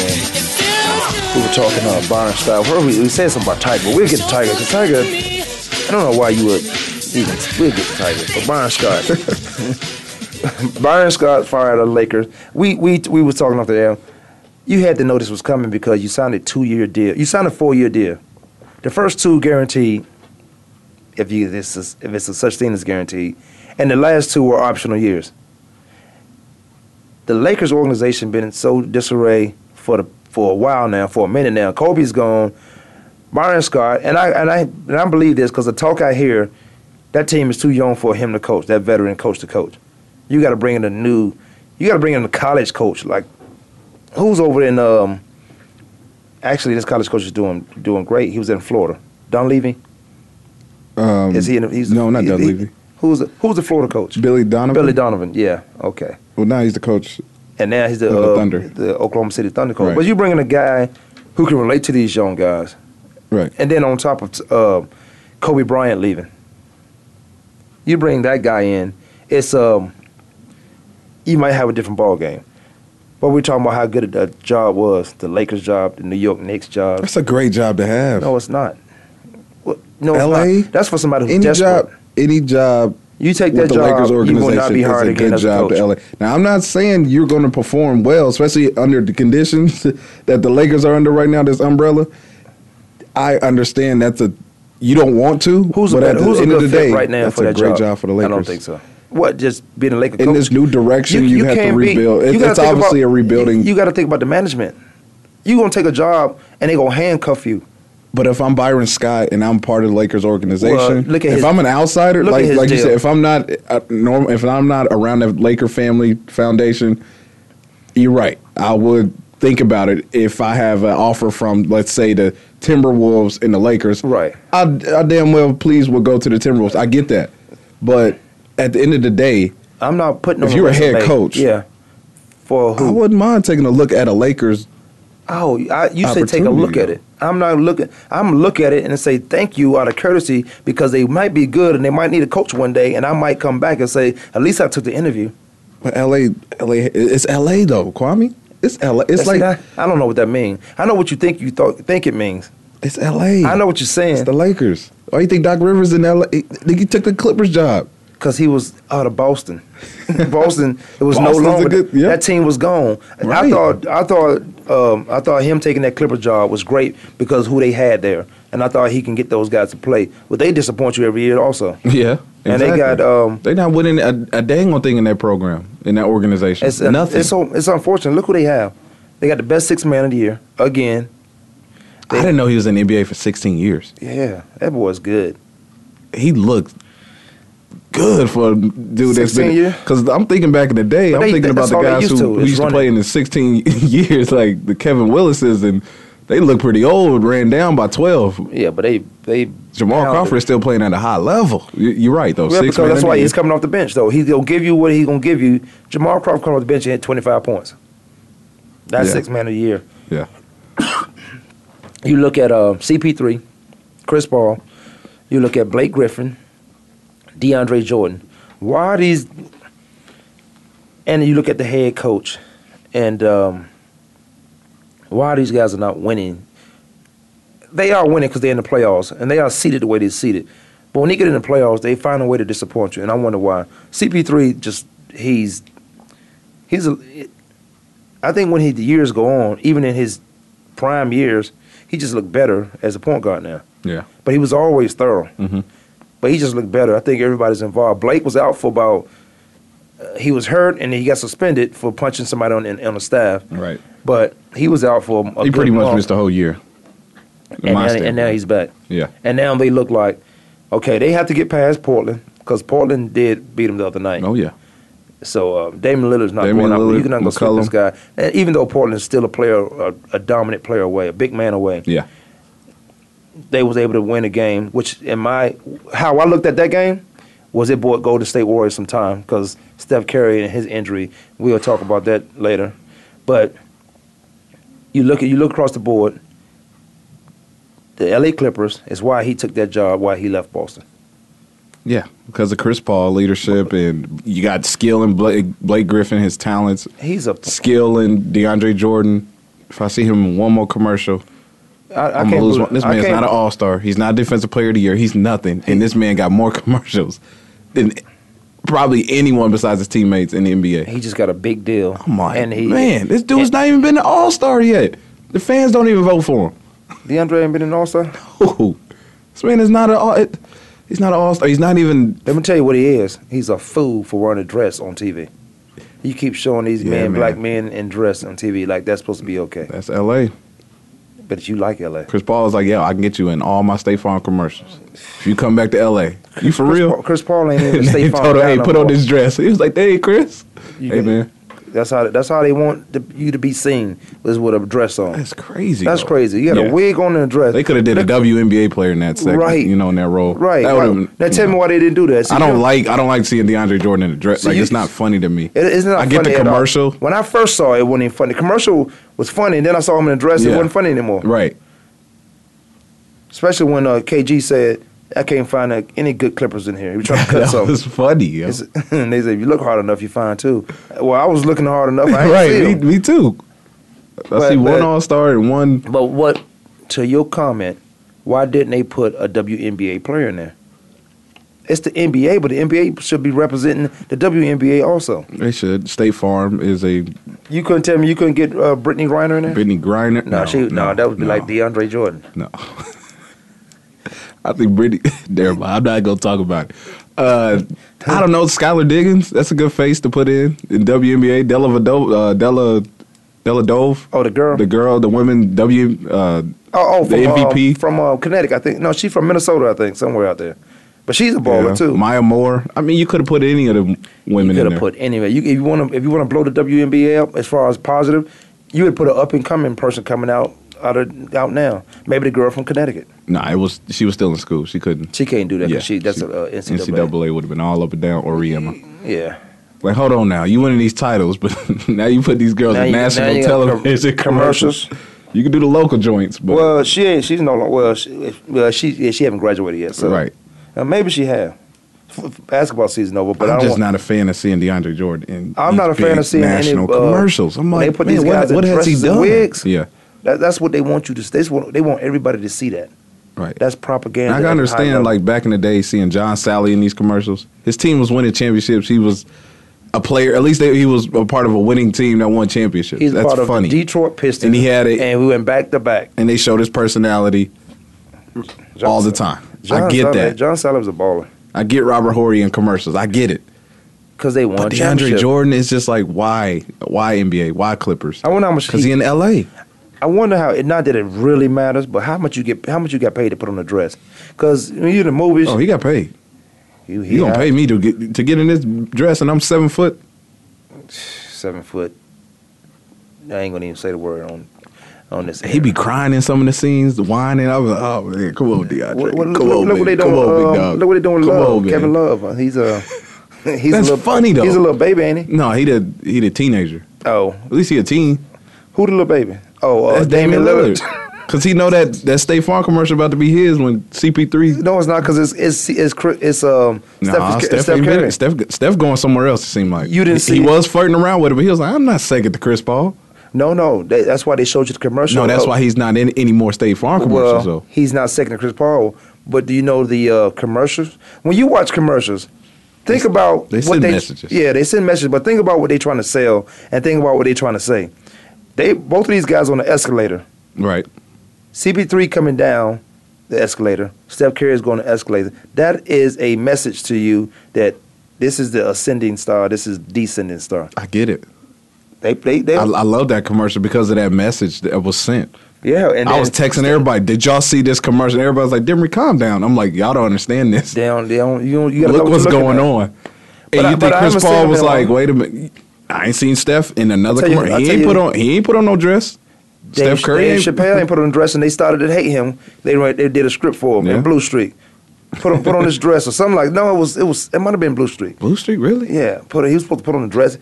[SPEAKER 3] We were talking uh, Bonner style. Where we, we said something about Tiger. We'll get to Tiger. Because Tiger, I don't know why you would even. We'll get to Tiger. But Byron Scott. Byron Scott fired the Lakers. We, we, we was talking off the air. You had to know this was coming because you signed a two-year deal. You signed a four-year deal. The first two guaranteed, if you this is, if it's a such thing as guaranteed, and the last two were optional years. The Lakers organization been in so disarray for the for a while now, for a minute now. Kobe's gone, Byron Scott, and I and I and I believe this because the talk I hear, that team is too young for him to coach, that veteran coach to coach. You got to bring in a new, you got to bring in a college coach. Like, who's over in um. Actually, this college coach is doing doing great. He was in Florida. Don Levy.
[SPEAKER 4] Um,
[SPEAKER 3] Is he? In, he's
[SPEAKER 4] no, not
[SPEAKER 3] he-
[SPEAKER 4] Doug
[SPEAKER 3] he-
[SPEAKER 4] Levy.
[SPEAKER 3] Who's the, who's the Florida coach?
[SPEAKER 4] Billy Donovan.
[SPEAKER 3] Billy Donovan. Yeah. Okay.
[SPEAKER 4] Well, now he's the coach.
[SPEAKER 3] And now he's the,
[SPEAKER 4] Of the
[SPEAKER 3] uh,
[SPEAKER 4] Thunder.
[SPEAKER 3] the Oklahoma City Thunder coach.
[SPEAKER 4] Right.
[SPEAKER 3] But you bring in a guy who can relate to these young guys,
[SPEAKER 4] Right.
[SPEAKER 3] and then on top of uh, Kobe Bryant leaving, you bring that guy in. It's um, you might have a different ball game. But we're talking about how good the job was, the Lakers job, the New York Knicks job.
[SPEAKER 4] That's a great job to have.
[SPEAKER 3] No, it's not. Well, No, it's
[SPEAKER 4] LA?
[SPEAKER 3] not. That's for somebody who's
[SPEAKER 4] any
[SPEAKER 3] desperate.
[SPEAKER 4] job, any job
[SPEAKER 3] You take
[SPEAKER 4] with
[SPEAKER 3] that
[SPEAKER 4] the
[SPEAKER 3] job,
[SPEAKER 4] Lakers
[SPEAKER 3] you will
[SPEAKER 4] organization
[SPEAKER 3] not be
[SPEAKER 4] is
[SPEAKER 3] hired
[SPEAKER 4] a
[SPEAKER 3] again
[SPEAKER 4] good
[SPEAKER 3] as a
[SPEAKER 4] job
[SPEAKER 3] coach.
[SPEAKER 4] to LA. Now, I'm not saying you're going to perform well, especially under the conditions that the Lakers are under right now. This umbrella, I understand that's a you don't want to,
[SPEAKER 3] Who's
[SPEAKER 4] but
[SPEAKER 3] a
[SPEAKER 4] at
[SPEAKER 3] better,
[SPEAKER 4] the
[SPEAKER 3] who's a
[SPEAKER 4] end of
[SPEAKER 3] good
[SPEAKER 4] the
[SPEAKER 3] fit
[SPEAKER 4] day,
[SPEAKER 3] right now
[SPEAKER 4] that's
[SPEAKER 3] for
[SPEAKER 4] a
[SPEAKER 3] that
[SPEAKER 4] great job. for the Lakers.
[SPEAKER 3] I don't think so. What just being a Laker
[SPEAKER 4] In
[SPEAKER 3] coach?
[SPEAKER 4] this new direction, you, have to
[SPEAKER 3] can't be-
[SPEAKER 4] rebuild. It-
[SPEAKER 3] you gotta
[SPEAKER 4] it's
[SPEAKER 3] think
[SPEAKER 4] obviously
[SPEAKER 3] about-
[SPEAKER 4] a rebuilding.
[SPEAKER 3] You got to think about the management. You gonna take a job and they gonna handcuff you.
[SPEAKER 4] But if I'm Byron Scott and I'm part of the Lakers organization,
[SPEAKER 3] Well, look at
[SPEAKER 4] if
[SPEAKER 3] his-
[SPEAKER 4] I'm an outsider,
[SPEAKER 3] look at
[SPEAKER 4] like
[SPEAKER 3] his
[SPEAKER 4] like you
[SPEAKER 3] deal.
[SPEAKER 4] said, if I'm not uh, norm, if I'm not around the Laker family foundation, you're right. I would think about it if I have an offer from, let's say, the Timberwolves and the Lakers.
[SPEAKER 3] Right.
[SPEAKER 4] I, I damn well please would go to the Timberwolves. I get that, but at the end of the day,
[SPEAKER 3] I'm not putting.
[SPEAKER 4] If
[SPEAKER 3] on
[SPEAKER 4] you were a
[SPEAKER 3] resume.
[SPEAKER 4] head coach-
[SPEAKER 3] yeah. For
[SPEAKER 4] I
[SPEAKER 3] who?
[SPEAKER 4] wouldn't mind taking a look at a Lakers.
[SPEAKER 3] Oh, I, you say take a
[SPEAKER 4] Opportunity,
[SPEAKER 3] look at
[SPEAKER 4] though.
[SPEAKER 3] it. I'm not looking. I'm look at it and say thank you out of courtesy because they might be good and they might need a coach one day and I might come back and say at least I took the interview.
[SPEAKER 4] But LA, LA, it's LA though, Kwame. It's LA. It's
[SPEAKER 3] It's
[SPEAKER 4] like
[SPEAKER 3] like I, I don't know what that means. I know what you think you thought think it means.
[SPEAKER 4] it's LA.
[SPEAKER 3] I know what you're saying
[SPEAKER 4] It's the Lakers.
[SPEAKER 3] Oh,
[SPEAKER 4] Why you think Doc Rivers in LA? Nigga, he took the Clippers job.
[SPEAKER 3] because he was out of Boston. Boston, it was
[SPEAKER 4] Boston's a
[SPEAKER 3] no longer
[SPEAKER 4] good- yeah.
[SPEAKER 3] that team was gone. I
[SPEAKER 4] Right.
[SPEAKER 3] thought, I thought, um, I thought him taking that Clipper job was great because who they had there, and I thought he can get those guys to play. But they disappoint you every year, also.
[SPEAKER 4] Yeah,
[SPEAKER 3] And they got, um,
[SPEAKER 4] they not winning a, a dang old thing in that program in that organization.
[SPEAKER 3] It's uh,
[SPEAKER 4] Nothing.
[SPEAKER 3] It's so it's unfortunate. Look who they have. They got the best six man of the year again.
[SPEAKER 4] I didn't know he was in the NBA for 16 years.
[SPEAKER 3] Yeah, that boy's good.
[SPEAKER 4] He looked good for a dude that's
[SPEAKER 3] 16
[SPEAKER 4] been
[SPEAKER 3] years?
[SPEAKER 4] because I'm thinking back in the day.
[SPEAKER 3] But
[SPEAKER 4] I'm
[SPEAKER 3] they-
[SPEAKER 4] thinking about
[SPEAKER 3] that's
[SPEAKER 4] the
[SPEAKER 3] all they
[SPEAKER 4] guys
[SPEAKER 3] used
[SPEAKER 4] who,
[SPEAKER 3] to,
[SPEAKER 4] who
[SPEAKER 3] is
[SPEAKER 4] used to
[SPEAKER 3] running.
[SPEAKER 4] play in the 16 years, like the Kevin Willises, and they look pretty old. Ran down by 12.
[SPEAKER 3] Yeah, but they they
[SPEAKER 4] Jamal
[SPEAKER 3] pounded.
[SPEAKER 4] Crawford is still playing at a high level. You- You're right though.
[SPEAKER 3] Yeah,
[SPEAKER 4] Six
[SPEAKER 3] because
[SPEAKER 4] man
[SPEAKER 3] that's why
[SPEAKER 4] NBA.
[SPEAKER 3] he's coming off the bench, though. He's gonna give you what he's gonna give you. Jamal Crawford coming off the bench and hit 25 points. That's
[SPEAKER 4] Yeah.
[SPEAKER 3] six man of the year.
[SPEAKER 4] Yeah.
[SPEAKER 3] You look at uh, CP3, Chris Paul. You look at Blake Griffin, DeAndre Jordan. Why are these? And you look at the head coach, and um, why these guys are not winning? They are winning because they're in the playoffs, and they are seated the way they're seated. But when they get in the playoffs, they find a way to disappoint you, and I wonder why. CP3 just he's he's a. I think when he the years go on, even in his prime years, he just looked better as a point guard now.
[SPEAKER 4] Yeah.
[SPEAKER 3] But he was always thorough.
[SPEAKER 4] Mm-hmm.
[SPEAKER 3] But he just looked better. I think everybody's involved. Blake was out for about. uh, he was hurt and he got suspended for punching somebody on on the staff.
[SPEAKER 4] Right.
[SPEAKER 3] But he was out for. A
[SPEAKER 4] he
[SPEAKER 3] good
[SPEAKER 4] pretty much
[SPEAKER 3] month,
[SPEAKER 4] missed the whole year. In
[SPEAKER 3] And
[SPEAKER 4] my
[SPEAKER 3] now,
[SPEAKER 4] standpoint.
[SPEAKER 3] and now he's back.
[SPEAKER 4] yeah.
[SPEAKER 3] And now they look like, Okay, they have to get past Portland because Portland did beat them the other night.
[SPEAKER 4] Oh yeah,
[SPEAKER 3] So uh, Damian Lillard's not
[SPEAKER 4] Damian
[SPEAKER 3] going out.
[SPEAKER 4] Lillard,
[SPEAKER 3] there. You're not going to
[SPEAKER 4] McCollum.
[SPEAKER 3] sweep this guy. And even though Portland's still a player, a, a dominant player away, a big man away,
[SPEAKER 4] yeah.
[SPEAKER 3] they was able to win a game. Which in my how I looked at that game was it bought Golden State Warriors some time because Steph Curry and his injury. We'll talk about that later. But you look at you look across the board. The L.A. Clippers is why he took that job. Why he left Boston.
[SPEAKER 4] Yeah, because of Chris Paul leadership, and you got skill in Blake, Blake Griffin, his talents,
[SPEAKER 3] He's a
[SPEAKER 4] skill in DeAndre Jordan. If I see him in one more commercial,
[SPEAKER 3] I, I
[SPEAKER 4] I am
[SPEAKER 3] can't
[SPEAKER 4] gonna lose
[SPEAKER 3] believe-
[SPEAKER 4] one. This
[SPEAKER 3] I
[SPEAKER 4] man's
[SPEAKER 3] can't-
[SPEAKER 4] not an all star. He's not defensive player of the year. He's nothing. And this man got more commercials than probably anyone besides his teammates in the NBA.
[SPEAKER 3] He just got a big deal.
[SPEAKER 4] Come on,
[SPEAKER 3] and he,
[SPEAKER 4] man, this dude's not even been an all star yet. The fans don't even vote for him.
[SPEAKER 3] DeAndre ain't been an All Star.
[SPEAKER 4] Ooh. This man is not an all. It, he's not an all star. He's not even.
[SPEAKER 3] Let me tell you what he is. He's a fool for wearing a dress on TV. You keep showing these
[SPEAKER 4] Yeah,
[SPEAKER 3] men,
[SPEAKER 4] man.
[SPEAKER 3] black men, in dress on TV like that's supposed to be okay.
[SPEAKER 4] That's L.A.
[SPEAKER 3] But you like LA.
[SPEAKER 4] Chris Paul is like, yeah, I can get you in all my State Farm commercials. If you come back to L.A., you for
[SPEAKER 3] Chris
[SPEAKER 4] real?
[SPEAKER 3] Paul, Chris Paul ain't even
[SPEAKER 4] and they
[SPEAKER 3] State Farm.
[SPEAKER 4] told him,
[SPEAKER 3] guy
[SPEAKER 4] hey,
[SPEAKER 3] no
[SPEAKER 4] put on
[SPEAKER 3] more.
[SPEAKER 4] this dress. He was like, hey, Chris.
[SPEAKER 3] You
[SPEAKER 4] hey,
[SPEAKER 3] can-
[SPEAKER 4] man.
[SPEAKER 3] That's how that's how they want the, you to be seen is with a dress on.
[SPEAKER 4] That's crazy.
[SPEAKER 3] That's
[SPEAKER 4] though.
[SPEAKER 3] crazy. You got
[SPEAKER 4] Yeah.
[SPEAKER 3] a wig on and a dress.
[SPEAKER 4] They could have did a WNBA player in that segment,
[SPEAKER 3] Right.
[SPEAKER 4] You know, in that role,
[SPEAKER 3] right.
[SPEAKER 4] That
[SPEAKER 3] right.
[SPEAKER 4] would've-
[SPEAKER 3] Now
[SPEAKER 4] you
[SPEAKER 3] tell
[SPEAKER 4] know.
[SPEAKER 3] me why they didn't do that. See,
[SPEAKER 4] I
[SPEAKER 3] you-
[SPEAKER 4] don't like. I don't like seeing DeAndre Jordan in a dress.
[SPEAKER 3] So
[SPEAKER 4] like
[SPEAKER 3] you-
[SPEAKER 4] it's not funny to me.
[SPEAKER 3] It, it's not
[SPEAKER 4] I get
[SPEAKER 3] funny
[SPEAKER 4] the
[SPEAKER 3] at all.
[SPEAKER 4] commercial,
[SPEAKER 3] When I first saw it, it wasn't even funny. The commercial was funny, and then I saw him in a dress. It
[SPEAKER 4] Yeah.
[SPEAKER 3] wasn't funny anymore.
[SPEAKER 4] right?
[SPEAKER 3] Especially when uh, KG said, "I can't find uh, any good clippers in here." He was trying to cut
[SPEAKER 4] That
[SPEAKER 3] something.
[SPEAKER 4] was funny. Yo.
[SPEAKER 3] It's- and they said, "If you look hard enough, you find two. Well, I was looking hard enough. I ain't
[SPEAKER 4] right?
[SPEAKER 3] see
[SPEAKER 4] Me,
[SPEAKER 3] 'em.
[SPEAKER 4] me too. I
[SPEAKER 3] But-
[SPEAKER 4] see one
[SPEAKER 3] but-
[SPEAKER 4] All Star and one.
[SPEAKER 3] But what to your comment? Why didn't they put a WNBA player in there? It's the NBA, but the NBA should be representing the WNBA also.
[SPEAKER 4] They should. State Farm is a
[SPEAKER 3] You couldn't tell me you couldn't get uh, Brittany Griner in there.
[SPEAKER 4] Brittany Griner.
[SPEAKER 3] no, she no, that would be like DeAndre Jordan.
[SPEAKER 4] No. I think Brittany. Never mind. I'm not gonna talk about it. Uh, I don't know. Skylar Diggins. That's a good face to put in in WNBA. Della Vado, uh, Della Della Dove.
[SPEAKER 3] Oh, the girl.
[SPEAKER 4] The girl. The women. W. Uh,
[SPEAKER 3] oh, oh,
[SPEAKER 4] the
[SPEAKER 3] from, uh,
[SPEAKER 4] MVP.
[SPEAKER 3] from uh, Connecticut, I think. No, she's from Minnesota, I think, somewhere out there. But she's a baller
[SPEAKER 4] yeah,
[SPEAKER 3] too.
[SPEAKER 4] Maya Moore. I mean, you could have put any of the women
[SPEAKER 3] you
[SPEAKER 4] in
[SPEAKER 3] could
[SPEAKER 4] there.
[SPEAKER 3] have put anyway. You, if you want to, if you want to blow the WNBA up as far as positive, you would put an up and coming person coming out out of, out now. Maybe the girl from Connecticut.
[SPEAKER 4] nah, it was. She was still in school. She couldn't.
[SPEAKER 3] She can't do that.
[SPEAKER 4] Yeah,
[SPEAKER 3] 'cause she that's
[SPEAKER 4] she-
[SPEAKER 3] a uh, NCAA.
[SPEAKER 4] NCAA would have been all up and down or Emma.
[SPEAKER 3] Yeah.
[SPEAKER 4] Like, hold on now. You winning these titles, but now you put these girls
[SPEAKER 3] Now
[SPEAKER 4] in
[SPEAKER 3] you- now
[SPEAKER 4] national
[SPEAKER 3] you got com-
[SPEAKER 4] television commercials. You can do the local joints, but
[SPEAKER 3] Well, she ain't. She's no longer. Well, she, well, she yeah, she haven't graduated yet. So
[SPEAKER 4] right.
[SPEAKER 3] Uh, maybe she have. F- f- basketball season over, but I do
[SPEAKER 4] I'm
[SPEAKER 3] not
[SPEAKER 4] just
[SPEAKER 3] want,
[SPEAKER 4] not a fan of seeing DeAndre Jordan. In
[SPEAKER 3] I'm not
[SPEAKER 4] these
[SPEAKER 3] a fan
[SPEAKER 4] big
[SPEAKER 3] of seeing any,
[SPEAKER 4] national
[SPEAKER 3] uh,
[SPEAKER 4] commercials. I'm
[SPEAKER 3] when
[SPEAKER 4] like,
[SPEAKER 3] they put
[SPEAKER 4] man,
[SPEAKER 3] these guys
[SPEAKER 4] what,
[SPEAKER 3] in
[SPEAKER 4] what has he
[SPEAKER 3] dresses and
[SPEAKER 4] done?
[SPEAKER 3] wigs.
[SPEAKER 4] Yeah,
[SPEAKER 3] That, that's what they want you to. They want they want everybody to see that.
[SPEAKER 4] right.
[SPEAKER 3] That's
[SPEAKER 4] And
[SPEAKER 3] propaganda.
[SPEAKER 4] I
[SPEAKER 3] at
[SPEAKER 4] can
[SPEAKER 3] a high
[SPEAKER 4] understand
[SPEAKER 3] level.
[SPEAKER 4] like back in the day seeing John Sally in these commercials. His team was winning championships. He was a player. At least they, he was a part of a winning team that won championships.
[SPEAKER 3] he's
[SPEAKER 4] That's
[SPEAKER 3] part of
[SPEAKER 4] funny.
[SPEAKER 3] the Detroit Pistons,
[SPEAKER 4] And he had it-
[SPEAKER 3] and we went back to back
[SPEAKER 4] and they showed his personality all the
[SPEAKER 3] John-
[SPEAKER 4] time. I
[SPEAKER 3] John
[SPEAKER 4] get
[SPEAKER 3] Sally-
[SPEAKER 4] that.
[SPEAKER 3] John Sally was a baller
[SPEAKER 4] I get Robert Horry in commercials. I get it.
[SPEAKER 3] because they won.
[SPEAKER 4] But
[SPEAKER 3] a
[SPEAKER 4] DeAndre
[SPEAKER 3] championship.
[SPEAKER 4] Jordan is just like why? Why NBA? Why Clippers?
[SPEAKER 3] I wonder how much
[SPEAKER 4] Because he
[SPEAKER 3] he-
[SPEAKER 4] in LA.
[SPEAKER 3] I wonder how. Not that it really matters, but how much you get, how much you got paid to put on a dress? Because when you're in the movies,
[SPEAKER 4] Oh, he got paid.
[SPEAKER 3] you,
[SPEAKER 4] You gonna pay me to get to get in this dress and I'm seven foot?
[SPEAKER 3] seven foot. I ain't gonna even say the word on on this.
[SPEAKER 4] He be crying in some of the scenes, whining. I was like, oh man, come on, DeAndre,
[SPEAKER 3] What, what,
[SPEAKER 4] come
[SPEAKER 3] look,
[SPEAKER 4] on,
[SPEAKER 3] look,
[SPEAKER 4] man.
[SPEAKER 3] what they doing.
[SPEAKER 4] come on, big
[SPEAKER 3] um,
[SPEAKER 4] dog.
[SPEAKER 3] Look what they doing. with
[SPEAKER 4] Come
[SPEAKER 3] Love,
[SPEAKER 4] on, man.
[SPEAKER 3] Kevin Love. uh, He's a. He's
[SPEAKER 4] That's
[SPEAKER 3] a little,
[SPEAKER 4] funny, though.
[SPEAKER 3] He's a little baby, ain't he?
[SPEAKER 4] No, he did. He the teenager.
[SPEAKER 3] Oh,
[SPEAKER 4] At least he a teen.
[SPEAKER 3] who the little baby? Oh, uh,
[SPEAKER 4] That's
[SPEAKER 3] Damian Lillard.
[SPEAKER 4] Cause he know that that State Farm commercial about to be his when CP3.
[SPEAKER 3] No, it's not because it's it's it's Chris- it's um
[SPEAKER 4] Nah,
[SPEAKER 3] Steph,
[SPEAKER 4] Steph,
[SPEAKER 3] Steph
[SPEAKER 4] ain't been-
[SPEAKER 3] Curry.
[SPEAKER 4] Steph, Steph going somewhere else. It seemed like
[SPEAKER 3] You didn't see
[SPEAKER 4] he, He
[SPEAKER 3] it.
[SPEAKER 4] was flirting around with it, but he was like, "I'm not second to Chris Paul."
[SPEAKER 3] No, no, they, that's why they showed you the commercial.
[SPEAKER 4] No, that's
[SPEAKER 3] Oh.
[SPEAKER 4] why he's not in any more State Farm
[SPEAKER 3] Well,
[SPEAKER 4] commercials. though.
[SPEAKER 3] he's not second to Chris Paul, but do you know the uh, commercials? When you watch commercials, think about
[SPEAKER 4] they
[SPEAKER 3] what
[SPEAKER 4] send
[SPEAKER 3] they
[SPEAKER 4] messages.
[SPEAKER 3] Yeah, they send messages, but think about what they're trying to sell and think about what they're trying to say. They both of these guys on the escalator.
[SPEAKER 4] right?
[SPEAKER 3] CP3 coming down the escalator. Steph Curry is going to escalator. That is a message to you that this is the ascending star. This is descending star.
[SPEAKER 4] I get it.
[SPEAKER 3] They they they.
[SPEAKER 4] I, I love that commercial because of that message that was sent.
[SPEAKER 3] Yeah, and
[SPEAKER 4] I was
[SPEAKER 3] then
[SPEAKER 4] texting everybody, did y'all see this commercial? And everybody's like, Demery, calm down. I'm like, y'all don't understand this.
[SPEAKER 3] They don't, they don't, you, don't, you gotta
[SPEAKER 4] Look
[SPEAKER 3] know
[SPEAKER 4] what's
[SPEAKER 3] you're looking
[SPEAKER 4] going
[SPEAKER 3] at.
[SPEAKER 4] on.
[SPEAKER 3] But
[SPEAKER 4] And
[SPEAKER 3] I-
[SPEAKER 4] you
[SPEAKER 3] but
[SPEAKER 4] think
[SPEAKER 3] I
[SPEAKER 4] Chris
[SPEAKER 3] haven't
[SPEAKER 4] Paul
[SPEAKER 3] seen
[SPEAKER 4] was
[SPEAKER 3] him in a
[SPEAKER 4] like,
[SPEAKER 3] while.
[SPEAKER 4] wait a minute. I ain't seen Steph in
[SPEAKER 3] I'll
[SPEAKER 4] another
[SPEAKER 3] tell you-
[SPEAKER 4] commercial.
[SPEAKER 3] I'll
[SPEAKER 4] He
[SPEAKER 3] tell
[SPEAKER 4] ain't
[SPEAKER 3] you-
[SPEAKER 4] put on he ain't put on no dress.
[SPEAKER 3] Dave,
[SPEAKER 4] Steph Curry
[SPEAKER 3] Dave
[SPEAKER 4] ain't-
[SPEAKER 3] Chappelle ain't put on a dress, and they started to hate him. They wrote- they did a script for him
[SPEAKER 4] Yeah.
[SPEAKER 3] in Blue Street. Put on put on this dress or something like no, it was it was it might have been Blue Street.
[SPEAKER 4] Blue Street, really?
[SPEAKER 3] Yeah, put he was supposed to put on a dress.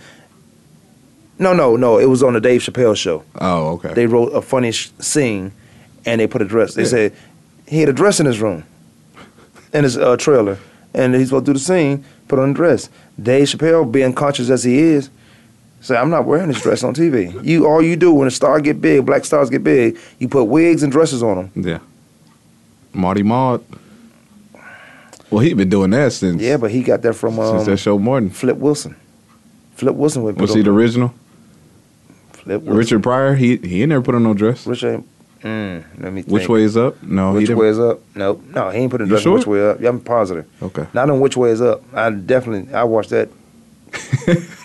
[SPEAKER 3] No, no, no. It was on the Dave Chappelle show.
[SPEAKER 4] Oh, okay.
[SPEAKER 3] They wrote a funny sh- scene, and they put a dress. They
[SPEAKER 4] Yeah.
[SPEAKER 3] said he had a dress in his room, in his uh, trailer, and he's supposed to do the scene. Put on a dress. Dave Chappelle, being conscious as he is, said, "I'm not wearing this dress on TV. You all you do when a star get big, black stars get big, you put wigs and dresses on them.
[SPEAKER 4] yeah. Marty Maud. Well, he been doing that since
[SPEAKER 3] Yeah, but he got that from
[SPEAKER 4] since
[SPEAKER 3] um,
[SPEAKER 4] that show Martin.
[SPEAKER 3] Flip Wilson. Flip Wilson with
[SPEAKER 4] Was he the original?
[SPEAKER 3] Flip Wilson.
[SPEAKER 4] Richard Pryor, he he ain't never put on no dress.
[SPEAKER 3] Richard. ain't- Mm, let me think.
[SPEAKER 4] Which way is up? No, he
[SPEAKER 3] Which
[SPEAKER 4] didn't.
[SPEAKER 3] way is up? Nope. No, he ain't put a
[SPEAKER 4] You
[SPEAKER 3] dress
[SPEAKER 4] sure?
[SPEAKER 3] on which way up. Yeah, I'm positive.
[SPEAKER 4] Okay.
[SPEAKER 3] Not on which way is up. I definitely I watched that.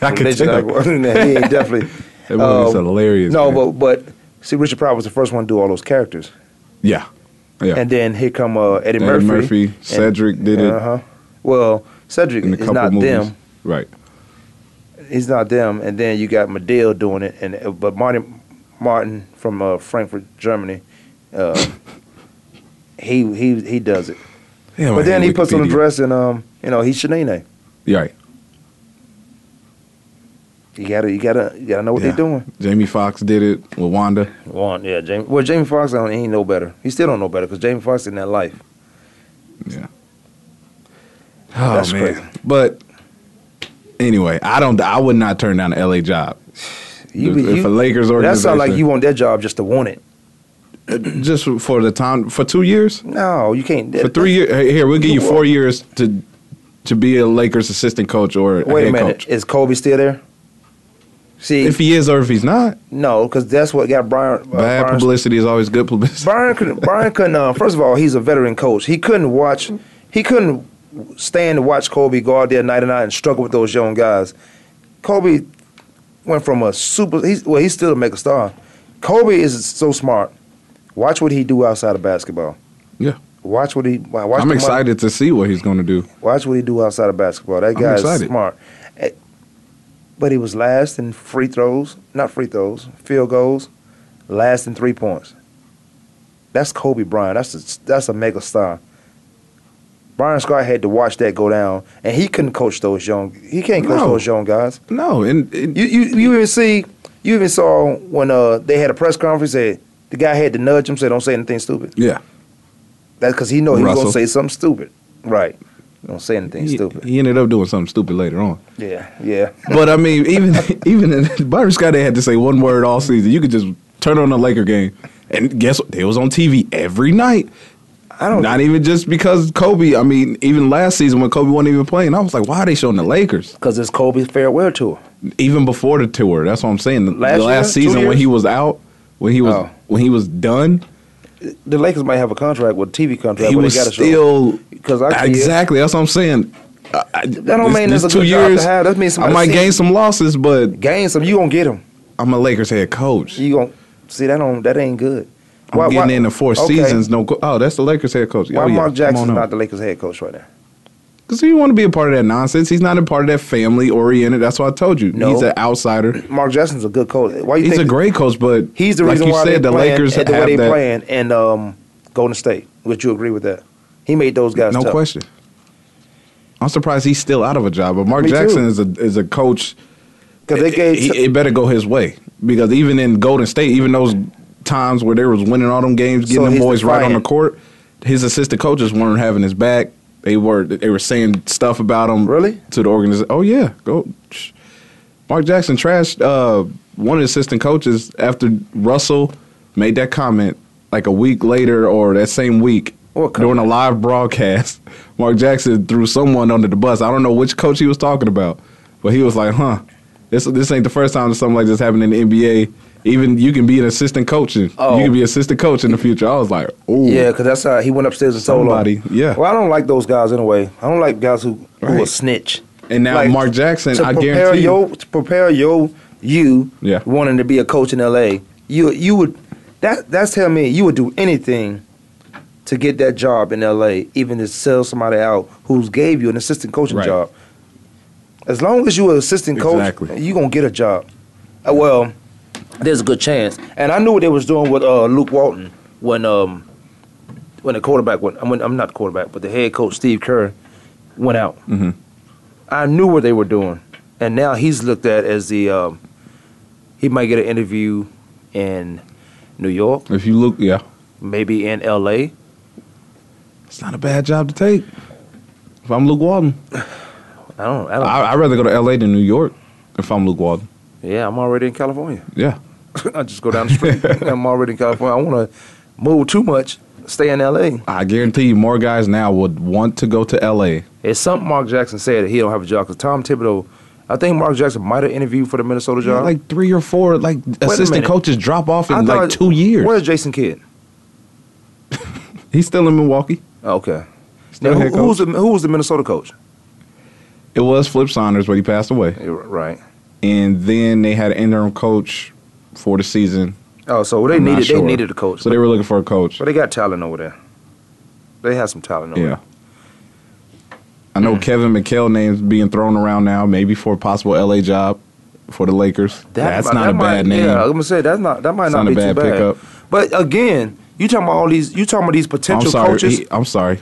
[SPEAKER 4] I could
[SPEAKER 3] religion.
[SPEAKER 4] tell.
[SPEAKER 3] I watched that. He ain't definitely. uh,
[SPEAKER 4] That movie's hilarious.
[SPEAKER 3] No,
[SPEAKER 4] man.
[SPEAKER 3] but but see, Richard Pryor was the first one to do all those characters,
[SPEAKER 4] yeah, yeah.
[SPEAKER 3] and then here come uh, Eddie,
[SPEAKER 4] Eddie
[SPEAKER 3] Murphy.
[SPEAKER 4] Murphy, Cedric did it.
[SPEAKER 3] Uh huh. Well, Cedric
[SPEAKER 4] in a
[SPEAKER 3] is
[SPEAKER 4] couple
[SPEAKER 3] not
[SPEAKER 4] movies,
[SPEAKER 3] them.
[SPEAKER 4] right?
[SPEAKER 3] He's not them. And then you got Madele doing it, and uh, but Marty Martin from uh, Frankfurt, Germany. Uh, he he he does it.
[SPEAKER 4] Yeah,
[SPEAKER 3] But then he puts on a
[SPEAKER 4] Wikipedia.
[SPEAKER 3] dress and um, you know, he's Shanae.
[SPEAKER 4] Yeah, right.
[SPEAKER 3] You gotta you gotta you gotta know what
[SPEAKER 4] yeah.
[SPEAKER 3] they're doing.
[SPEAKER 4] Jamie Foxx did it with Wanda.
[SPEAKER 3] One, yeah, Jamie. Well, Jamie Foxx, I don't, he know better. He still don't know better because Jamie Foxx in that life.
[SPEAKER 4] Yeah. Oh
[SPEAKER 3] That's
[SPEAKER 4] man.
[SPEAKER 3] crazy.
[SPEAKER 4] But anyway, I don't. I would not turn down an LA job.
[SPEAKER 3] You,
[SPEAKER 4] If- if a Lakers
[SPEAKER 3] that sound like
[SPEAKER 4] organization-
[SPEAKER 3] you want that job just to want it.
[SPEAKER 4] Just for the time for two years,
[SPEAKER 3] No, you can't.
[SPEAKER 4] for three years. Here, we'll give you four years to to be a Lakers assistant coach or a
[SPEAKER 3] Wait a
[SPEAKER 4] head
[SPEAKER 3] minute,
[SPEAKER 4] coach.
[SPEAKER 3] is Kobe still there? See,
[SPEAKER 4] If he is or if he's not,
[SPEAKER 3] no, because that's what got Brian. Uh,
[SPEAKER 4] bad
[SPEAKER 3] Brian-
[SPEAKER 4] publicity is always good publicity.
[SPEAKER 3] Brian couldn't. Brian couldn't. Uh, first of all, he's a veteran coach. He couldn't watch. He couldn't stand to watch Kobe go out there night and night and struggle with those young guys. Kobe went from a super. He's, well, he's still a mega star. Kobe is so smart. Watch what he do outside of basketball.
[SPEAKER 4] Yeah.
[SPEAKER 3] Watch what he. Watch the
[SPEAKER 4] I'm
[SPEAKER 3] money-
[SPEAKER 4] excited to see what he's going to do.
[SPEAKER 3] Watch what he do outside of basketball. That
[SPEAKER 4] I'm
[SPEAKER 3] guy is
[SPEAKER 4] excited.
[SPEAKER 3] smart. Eh, But he was last in free throws, not free throws, field goals, last in three points. That's Kobe Bryant. That's a, that's a mega star. Brian Scott had to watch that go down, and he couldn't coach those young. He can't coach
[SPEAKER 4] No.
[SPEAKER 3] those young guys.
[SPEAKER 4] No, and, and
[SPEAKER 3] You you you even see you even saw when uh they had a press conference. Said the guy had to nudge him, say don't say anything stupid.
[SPEAKER 4] yeah,
[SPEAKER 3] That's because he know he was gonna
[SPEAKER 4] Russell.
[SPEAKER 3] say something stupid. Right? Don't say anything
[SPEAKER 4] he,
[SPEAKER 3] stupid.
[SPEAKER 4] he ended up doing something stupid later on.
[SPEAKER 3] Yeah, yeah.
[SPEAKER 4] But I mean, even even in, Byron Scott they had to say one word all season. You could just turn on the Laker game, and guess what? It was on TV every night.
[SPEAKER 3] I don't.
[SPEAKER 4] Not even just because Kobe. I mean, even last season when Kobe wasn't even playing, I was like, why are they showing the Lakers?
[SPEAKER 3] Because it's Kobe's farewell tour.
[SPEAKER 4] Even before the tour, that's what I'm saying. The the
[SPEAKER 3] Last
[SPEAKER 4] last,
[SPEAKER 3] year? Two
[SPEAKER 4] season when
[SPEAKER 3] years?
[SPEAKER 4] he was out, when he was
[SPEAKER 3] Oh.
[SPEAKER 4] when he was done,
[SPEAKER 3] The Lakers might have a contract with a TV contract.
[SPEAKER 4] he
[SPEAKER 3] where
[SPEAKER 4] was
[SPEAKER 3] they gotta
[SPEAKER 4] still
[SPEAKER 3] because I see it.
[SPEAKER 4] exactly. That's what I'm saying. I, I-
[SPEAKER 3] That don't
[SPEAKER 4] this-
[SPEAKER 3] mean
[SPEAKER 4] this
[SPEAKER 3] it's a good job to have. That means
[SPEAKER 4] I
[SPEAKER 3] somebody
[SPEAKER 4] might
[SPEAKER 3] seen
[SPEAKER 4] gain
[SPEAKER 3] it.
[SPEAKER 4] some losses, but
[SPEAKER 3] gain some. You gonna get him.
[SPEAKER 4] I'm a Lakers head coach.
[SPEAKER 3] You gonna see that don't that ain't good.
[SPEAKER 4] I'm
[SPEAKER 3] Why-
[SPEAKER 4] getting
[SPEAKER 3] why-
[SPEAKER 4] in the four
[SPEAKER 3] okay,
[SPEAKER 4] seasons. No, co- oh, that's the Lakers head coach.
[SPEAKER 3] Why
[SPEAKER 4] oh,
[SPEAKER 3] Mark Jackson's not
[SPEAKER 4] Because
[SPEAKER 3] the Lakers head coach right now?
[SPEAKER 4] he want to be a part of that nonsense. He's not a part of that family oriented. That's why I told you.
[SPEAKER 3] No.
[SPEAKER 4] He's an outsider.
[SPEAKER 3] Mark Jackson's a good coach. Why you
[SPEAKER 4] He's
[SPEAKER 3] think
[SPEAKER 4] a great coach, but
[SPEAKER 3] He's the
[SPEAKER 4] like
[SPEAKER 3] reason
[SPEAKER 4] you
[SPEAKER 3] why
[SPEAKER 4] said,
[SPEAKER 3] they're
[SPEAKER 4] the
[SPEAKER 3] playing
[SPEAKER 4] Lakers
[SPEAKER 3] at the
[SPEAKER 4] have
[SPEAKER 3] way
[SPEAKER 4] that.
[SPEAKER 3] they're playing and um, Golden State. Would you agree with that? He made those guys.
[SPEAKER 4] No
[SPEAKER 3] tough.
[SPEAKER 4] question. I'm surprised he's still out of a job. But Mark
[SPEAKER 3] Me too.
[SPEAKER 4] Jackson is a is a coach.
[SPEAKER 3] because they gave.
[SPEAKER 4] he, it better go his way because even in Golden State, even those times where they was winning all them games,
[SPEAKER 3] So
[SPEAKER 4] getting them
[SPEAKER 3] he's
[SPEAKER 4] boys right on the
[SPEAKER 3] defiant.
[SPEAKER 4] court, his assistant coaches weren't having his back. They were they were saying stuff about him
[SPEAKER 3] Really?
[SPEAKER 4] to the organization. Oh yeah, go. Mark Jackson trashed uh, one of the assistant coaches after Russell made that comment like a week later or that same week
[SPEAKER 3] What
[SPEAKER 4] during a live broadcast. Mark Jackson threw someone under the bus. I don't know which coach he was talking about, but he was like, "Huh, this this ain't the first time that something like this happened in the NBA. Even you can be an assistant coach. And
[SPEAKER 3] Oh.
[SPEAKER 4] You can be assistant coach in the future." I was like, "Oh,
[SPEAKER 3] Yeah, because that's how he went upstairs and told
[SPEAKER 4] Somebody,
[SPEAKER 3] them.
[SPEAKER 4] yeah.
[SPEAKER 3] Well, I don't like those guys anyway. I don't like guys who who will
[SPEAKER 4] Right.
[SPEAKER 3] snitch.
[SPEAKER 4] And now
[SPEAKER 3] Like,
[SPEAKER 4] Mark Jackson,
[SPEAKER 3] to
[SPEAKER 4] I
[SPEAKER 3] prepare
[SPEAKER 4] guarantee you,
[SPEAKER 3] your to prepare your you
[SPEAKER 4] Yeah.
[SPEAKER 3] wanting to be a coach in L.A. You you would That that's telling me you would do anything to get that job in LA, even to sell somebody out who's gave you an assistant coaching
[SPEAKER 4] Right.
[SPEAKER 3] job. As long as you're an assistant coach,
[SPEAKER 4] Exactly.
[SPEAKER 3] you're gonna get a job. Uh, well, there's a good chance. And I knew what they was doing with uh, Luke Walton when um when the quarterback went. I mean, I'm not the quarterback, but the head coach Steve Kerr went out.
[SPEAKER 4] Mhm.
[SPEAKER 3] I knew what they were doing, and now he's looked at as the um, he might get an interview in New York,
[SPEAKER 4] If you look, yeah,
[SPEAKER 3] maybe in L.A.
[SPEAKER 4] it's not a bad job to take. If I'm Luke Walton,
[SPEAKER 3] I don't. I don't.
[SPEAKER 4] I, I'd rather go to L.A. than New York. If I'm Luke Walton,
[SPEAKER 3] yeah, I'm already in California.
[SPEAKER 4] yeah,
[SPEAKER 3] I just go down the street. I'm already in California. I want to move too much. Stay in L.A.
[SPEAKER 4] I guarantee you, more guys now would want to go to L.A.
[SPEAKER 3] It's something Mark Jackson said that he don't have a job because Tom Thibodeau. I think Mark Jackson might have interviewed for the Minnesota job.
[SPEAKER 4] Like three or four like assistant
[SPEAKER 3] minute.
[SPEAKER 4] coaches drop off
[SPEAKER 3] I
[SPEAKER 4] in like
[SPEAKER 3] thought-
[SPEAKER 4] two years.
[SPEAKER 3] Where's Jason Kidd?
[SPEAKER 4] He's still in Milwaukee.
[SPEAKER 3] Oh, okay.
[SPEAKER 4] Still
[SPEAKER 3] Now,
[SPEAKER 4] head
[SPEAKER 3] who, who's
[SPEAKER 4] coach.
[SPEAKER 3] the who was the Minnesota coach?
[SPEAKER 4] It was Flip Saunders, but he passed away.
[SPEAKER 3] Eh, Right.
[SPEAKER 4] And then they had an interim coach for the season.
[SPEAKER 3] Oh, so they
[SPEAKER 4] I'm not
[SPEAKER 3] needed they
[SPEAKER 4] sure.
[SPEAKER 3] needed a coach.
[SPEAKER 4] So they were looking for a coach.
[SPEAKER 3] So they got talent over there. They have some talent over
[SPEAKER 4] Yeah. I
[SPEAKER 3] Mm.
[SPEAKER 4] know Kevin McHale names being thrown around now, maybe for a possible LA job for the Lakers.
[SPEAKER 3] there. That
[SPEAKER 4] That's
[SPEAKER 3] might-
[SPEAKER 4] not
[SPEAKER 3] that
[SPEAKER 4] a
[SPEAKER 3] might-
[SPEAKER 4] bad name.
[SPEAKER 3] Yeah, I'm gonna say that's not that might
[SPEAKER 4] It's
[SPEAKER 3] not,
[SPEAKER 4] not
[SPEAKER 3] be
[SPEAKER 4] a bad
[SPEAKER 3] too bad.
[SPEAKER 4] pickup.
[SPEAKER 3] But again, you talking about all these you talking about these
[SPEAKER 4] I'm
[SPEAKER 3] potential
[SPEAKER 4] sorry.
[SPEAKER 3] coaches.
[SPEAKER 4] he- I'm sorry.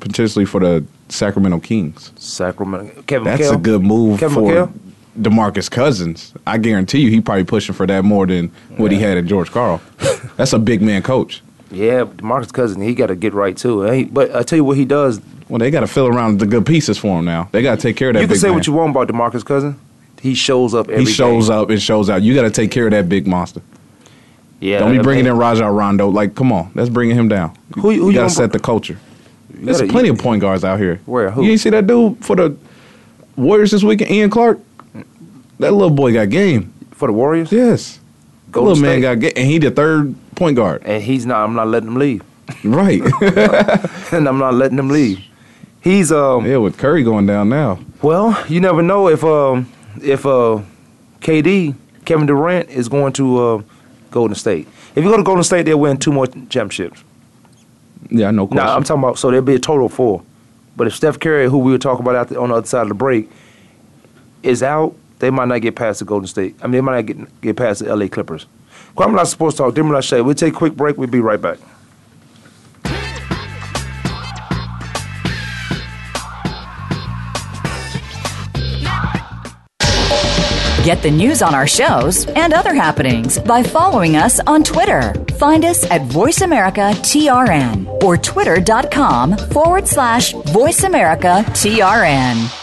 [SPEAKER 4] Potentially for the Sacramento Kings.
[SPEAKER 3] Sacramento Kevin
[SPEAKER 4] That's
[SPEAKER 3] McHale.
[SPEAKER 4] a good move
[SPEAKER 3] Kevin
[SPEAKER 4] for
[SPEAKER 3] McHale?
[SPEAKER 4] DeMarcus Cousins. I guarantee you, he probably pushing for that more than what he had at George Carl. That's a big man coach.
[SPEAKER 3] Yeah, Marcus Cousins, he gotta get right too. eh? but I tell you what he does.
[SPEAKER 4] Well, they got to fill around the good pieces for him now. They got to take care of that.
[SPEAKER 3] you can
[SPEAKER 4] big
[SPEAKER 3] say
[SPEAKER 4] man.
[SPEAKER 3] what you want about DeMarcus Cousins. He shows up every
[SPEAKER 4] He shows
[SPEAKER 3] game.
[SPEAKER 4] up and shows out. You got to take care of that big monster.
[SPEAKER 3] Yeah,
[SPEAKER 4] Don't be
[SPEAKER 3] I
[SPEAKER 4] bringing
[SPEAKER 3] mean,
[SPEAKER 4] in Rajon Rondo. Like, come on, that's bringing him down.
[SPEAKER 3] Who- who you
[SPEAKER 4] you got
[SPEAKER 3] gonna
[SPEAKER 4] to set
[SPEAKER 3] br-
[SPEAKER 4] the culture.
[SPEAKER 3] you
[SPEAKER 4] There's
[SPEAKER 3] gotta-
[SPEAKER 4] plenty of point guards out here.
[SPEAKER 3] Where? Who?
[SPEAKER 4] You ain't see that dude for the Warriors this weekend, Ian Clark. That little boy got game.
[SPEAKER 3] for the Warriors.
[SPEAKER 4] Yes, the
[SPEAKER 3] Golden
[SPEAKER 4] little man
[SPEAKER 3] State.
[SPEAKER 4] got game, and he the third point guard.
[SPEAKER 3] and he's not. I'm not letting him leave,
[SPEAKER 4] Right.
[SPEAKER 3] and I'm not letting him leave. He's um.
[SPEAKER 4] yeah, with Curry going down now.
[SPEAKER 3] Well, you never know if um if uh KD Kevin Durant is going to uh, Golden State. If you go to Golden State, they'll win two more championships.
[SPEAKER 4] Yeah, no question.
[SPEAKER 3] Now I'm talking about so there'll be a total of four. But if Steph Curry, who we were talking about out the, on the other side of the break, is out, they might not get past the Golden State. I mean, they might not get get past the LA Clippers. Kwame not supposed to talk. Demi Lachey. We'll take a quick break. We'll be right back.
[SPEAKER 6] Get the news on our shows and other happenings by following us on Twitter. Find us at VoiceAmericaTRN or twitter.com forward slash VoiceAmericaTRN.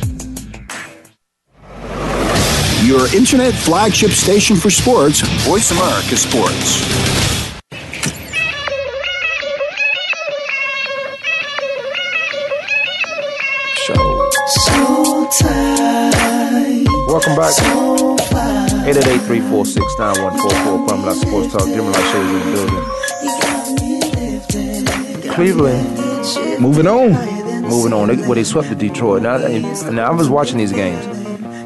[SPEAKER 5] Your internet flagship station for sports, Voice America Sports.
[SPEAKER 3] Welcome back. 888-346-9144. Kwame Lasseter Sports Talk. Jimmy Lachey is in the building. Cleveland
[SPEAKER 4] Moving on.
[SPEAKER 3] moving on. They, well, they swept the Detroit. Now, and now I was watching these games.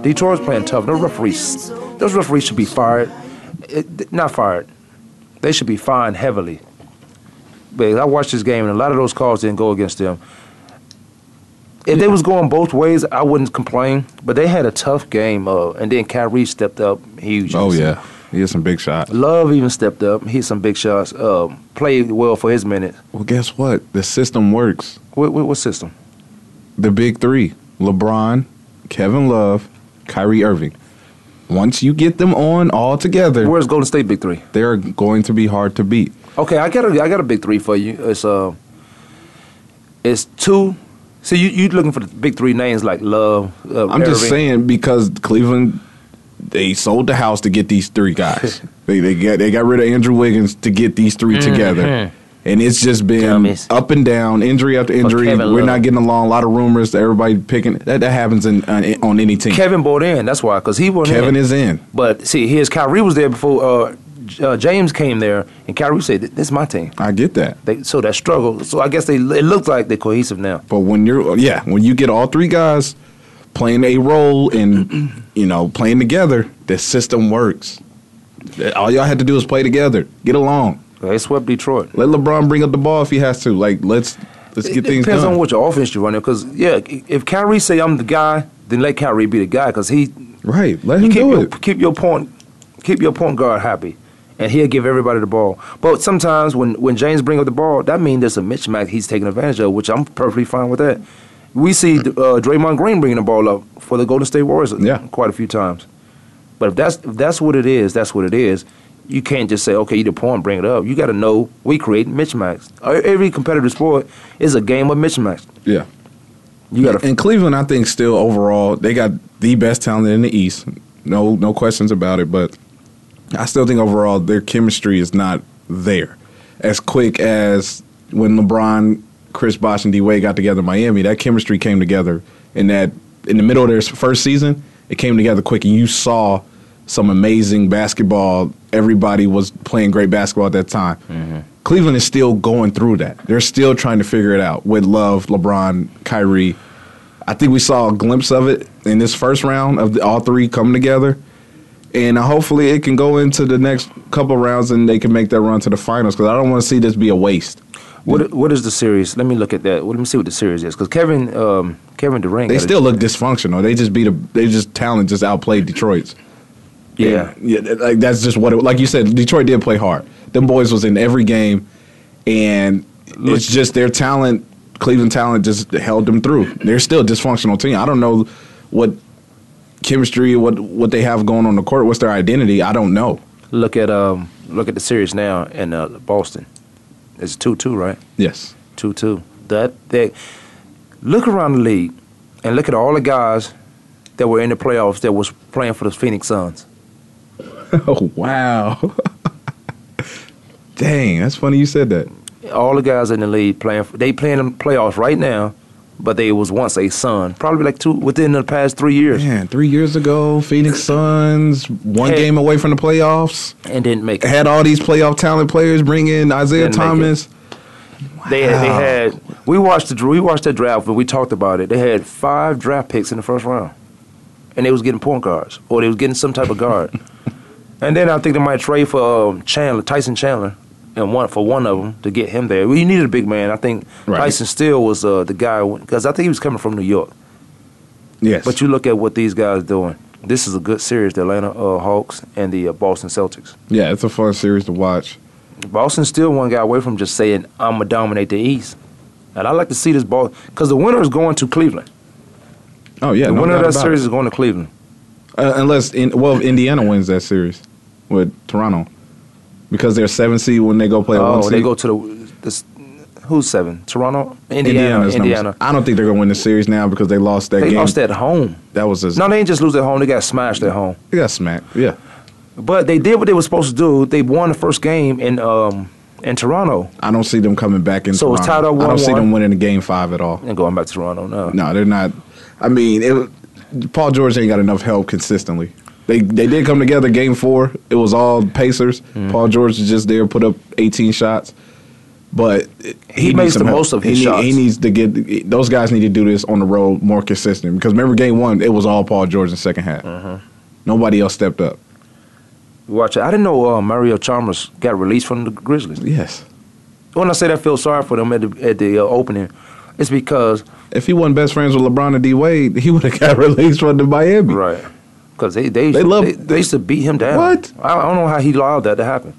[SPEAKER 3] Detroit's playing tough. Those referees, those referees should be fired. It, not fired. They should be fined heavily. But I watched this game, and a lot of those calls didn't go against them. If they was going both ways, I wouldn't complain. But they had a tough game, uh, and then Kyrie stepped up huge.
[SPEAKER 4] Oh yeah. He is some big shot.
[SPEAKER 3] Love even stepped up. He hit some big shots. Um, played well for his minute.
[SPEAKER 4] Well, guess what? The system works.
[SPEAKER 3] What, what, what system?
[SPEAKER 4] The big three: LeBron, Kevin Love, Kyrie Irving. Once you get them on all together,
[SPEAKER 3] Where's Golden State big three?
[SPEAKER 4] they are going to be hard to beat.
[SPEAKER 3] Okay, I got a I got a big three for you. It's uh, it's two. So you you looking for the big three names like Love? Uh,
[SPEAKER 4] I'm just
[SPEAKER 3] Irving.
[SPEAKER 4] saying because Cleveland, they sold the house to get these three guys. they they got they got rid of Andrew Wiggins to get these 3
[SPEAKER 3] Mm-hmm.
[SPEAKER 4] together. And it's just been
[SPEAKER 3] Dummies.
[SPEAKER 4] up and down, injury after injury.
[SPEAKER 3] Kevin
[SPEAKER 4] We're
[SPEAKER 3] Love.
[SPEAKER 4] not getting along. A lot of rumors. Everybody picking that that happens in, on, on any team.
[SPEAKER 3] Kevin bought in. That's why, cause he was
[SPEAKER 4] Kevin is in.
[SPEAKER 3] But see, here's Kyrie was there before uh, J- uh, James came there, and Kyrie said, "This is my team."
[SPEAKER 4] I get that.
[SPEAKER 3] They, so that struggle. So I guess they it looks like they're cohesive now.
[SPEAKER 4] But when you're yeah, when you get all three guys playing a role and you know playing together, the system works. All y'all had to do is play together, get along.
[SPEAKER 3] They swept Detroit.
[SPEAKER 4] Let LeBron bring up the ball if he has to. Like let's let's
[SPEAKER 3] It-
[SPEAKER 4] get
[SPEAKER 3] it
[SPEAKER 4] things
[SPEAKER 3] depends
[SPEAKER 4] done.
[SPEAKER 3] on what your offense you're running. Because yeah, if Kyrie say I'm the guy, then let Kyrie be the guy. Because he
[SPEAKER 4] right, let him
[SPEAKER 3] keep
[SPEAKER 4] do
[SPEAKER 3] your,
[SPEAKER 4] it.
[SPEAKER 3] Keep your point. Keep your point guard happy, and he'll give everybody the ball. But sometimes when when James bring up the ball, that means there's a mismatch he's taking advantage of, which I'm perfectly fine with that. We see uh, Draymond Green bringing the ball up for the Golden State Warriors
[SPEAKER 4] Mm. Yeah.
[SPEAKER 3] quite a few times. But if that's if that's what it is, that's what it is. You can't just say, okay, you the point, bring it up. You got to know we create mismatches. Uh, Every competitive sport is a game of mismatch.
[SPEAKER 4] Yeah.
[SPEAKER 3] You got to
[SPEAKER 4] and Cleveland, I think, still overall they got the best talent in the East. No, no questions about it. But I still think overall their chemistry is not there as quick as when LeBron, Chris Bosh, and D Wade got together in Miami. That chemistry came together in that in the middle of their first season. It came together quick, and you saw some amazing basketball. Everybody was playing great basketball at that time. Cleveland is still going through that. They're still trying to figure it out with Love, LeBron, Kyrie. I think we saw a glimpse of it in this first round of the, all three coming together, and uh, hopefully it can go into the next couple rounds and they can make that run to the finals. Because I don't want to see this be a waste.
[SPEAKER 3] what what is the series? Let me look at that. Let me see what the series is because Kevin um, Kevin Durant
[SPEAKER 4] They
[SPEAKER 3] got a-
[SPEAKER 4] still look dysfunctional. They just beat a. They just talent just outplayed Detroit's.
[SPEAKER 3] yeah.
[SPEAKER 4] And, yeah. th- Like that's just what. It, like you said, Detroit did play hard. Them boys was in every game, and it's just their talent. Cleveland talent just held them through. They're still a dysfunctional team. I don't know what chemistry, what what they have going on the court, what's their identity. I don't know.
[SPEAKER 3] look at um look at the series now in uh, Boston. It's two two, right?
[SPEAKER 4] Yes.
[SPEAKER 3] Two two. That that look around the league and look at all the guys that were in the playoffs that was playing for the Phoenix Suns.
[SPEAKER 4] Oh wow. Dang, that's funny you said that.
[SPEAKER 3] All the guys in the league playing. For, they playing in the playoffs right now, but they was once a Sun. Probably like two within the past three years
[SPEAKER 4] Man, three years ago, Phoenix Suns, one
[SPEAKER 3] Hey.
[SPEAKER 4] game away from the playoffs.
[SPEAKER 3] and didn't make it.
[SPEAKER 4] had all these playoff talent players bring in Isaiah
[SPEAKER 3] Didn't make
[SPEAKER 4] Thomas.
[SPEAKER 3] They had, they had. We watched the we watched that draft and we talked about it. They had five draft picks in the first round, and they was getting point guards or they was getting some type of guard. and then I think they might trade for um, Chandler, Tyson Chandler, and one for one of them to get him there. We needed a big man. I think
[SPEAKER 4] Right.
[SPEAKER 3] Tyson Steele was uh, the guy because I think he was coming from New York.
[SPEAKER 4] Yes.
[SPEAKER 3] But you look at what these guys doing. This is a good series: the Atlanta uh, Hawks and the uh, Boston Celtics.
[SPEAKER 4] yeah, it's a fun series to watch.
[SPEAKER 3] Boston still one guy away from just saying I'm gonna dominate the East, and I like to see this ball because the winner is going to Cleveland.
[SPEAKER 4] Oh yeah,
[SPEAKER 3] the
[SPEAKER 4] no
[SPEAKER 3] winner of
[SPEAKER 4] doubt
[SPEAKER 3] that
[SPEAKER 4] about
[SPEAKER 3] series
[SPEAKER 4] it.
[SPEAKER 3] is going to Cleveland.
[SPEAKER 4] Uh, unless in, well, if Indiana wins that series with Toronto because they're seven seed when they go play. one
[SPEAKER 3] oh, they
[SPEAKER 4] seed.
[SPEAKER 3] go to the this, who's seven? Toronto, Indiana,
[SPEAKER 4] Indiana's
[SPEAKER 3] Indiana.
[SPEAKER 4] number- I don't think they're gonna win the series now because they lost that
[SPEAKER 3] They
[SPEAKER 4] game.
[SPEAKER 3] lost at home.
[SPEAKER 4] That was a
[SPEAKER 3] No, they didn't just lose at home. They got smashed at home.
[SPEAKER 4] they got smacked. Yeah,
[SPEAKER 3] But they did what they were supposed to do. They won the first game in um in Toronto
[SPEAKER 4] I don't see them coming back in.
[SPEAKER 3] So it's
[SPEAKER 4] Toronto.
[SPEAKER 3] tied up
[SPEAKER 4] I don't see
[SPEAKER 3] 1-1.
[SPEAKER 4] them winning the game five at all.
[SPEAKER 3] and going back to Toronto. No,
[SPEAKER 4] No, they're not. I mean, it, Paul George ain't got enough help consistently. They they did come together game four. It was all Pacers.
[SPEAKER 3] Mm-hmm.
[SPEAKER 4] Paul George is just there, put up 18 shots. But it-
[SPEAKER 3] He
[SPEAKER 4] needs
[SPEAKER 3] makes
[SPEAKER 4] some
[SPEAKER 3] the
[SPEAKER 4] help.
[SPEAKER 3] most of his
[SPEAKER 4] he, need-
[SPEAKER 3] shots.
[SPEAKER 4] He needs to get those guys need to do this on the road more consistent because remember game one it was all Paul George in the second half.
[SPEAKER 3] Uh-huh.
[SPEAKER 4] Nobody else stepped up.
[SPEAKER 3] watch it. I didn't know uh, Mario Chalmers got released from the Grizzlies.
[SPEAKER 4] Yes,
[SPEAKER 3] When I say that, I feel sorry for them at the at the uh, opening. It's because
[SPEAKER 4] if he wasn't best friends with LeBron and D Wade, he would have got released from the Miami.
[SPEAKER 3] Right. Because they they,
[SPEAKER 4] They
[SPEAKER 3] used,
[SPEAKER 4] love-
[SPEAKER 3] they, they used to beat him down.
[SPEAKER 4] What?
[SPEAKER 3] I, I don't know how he allowed that to happen.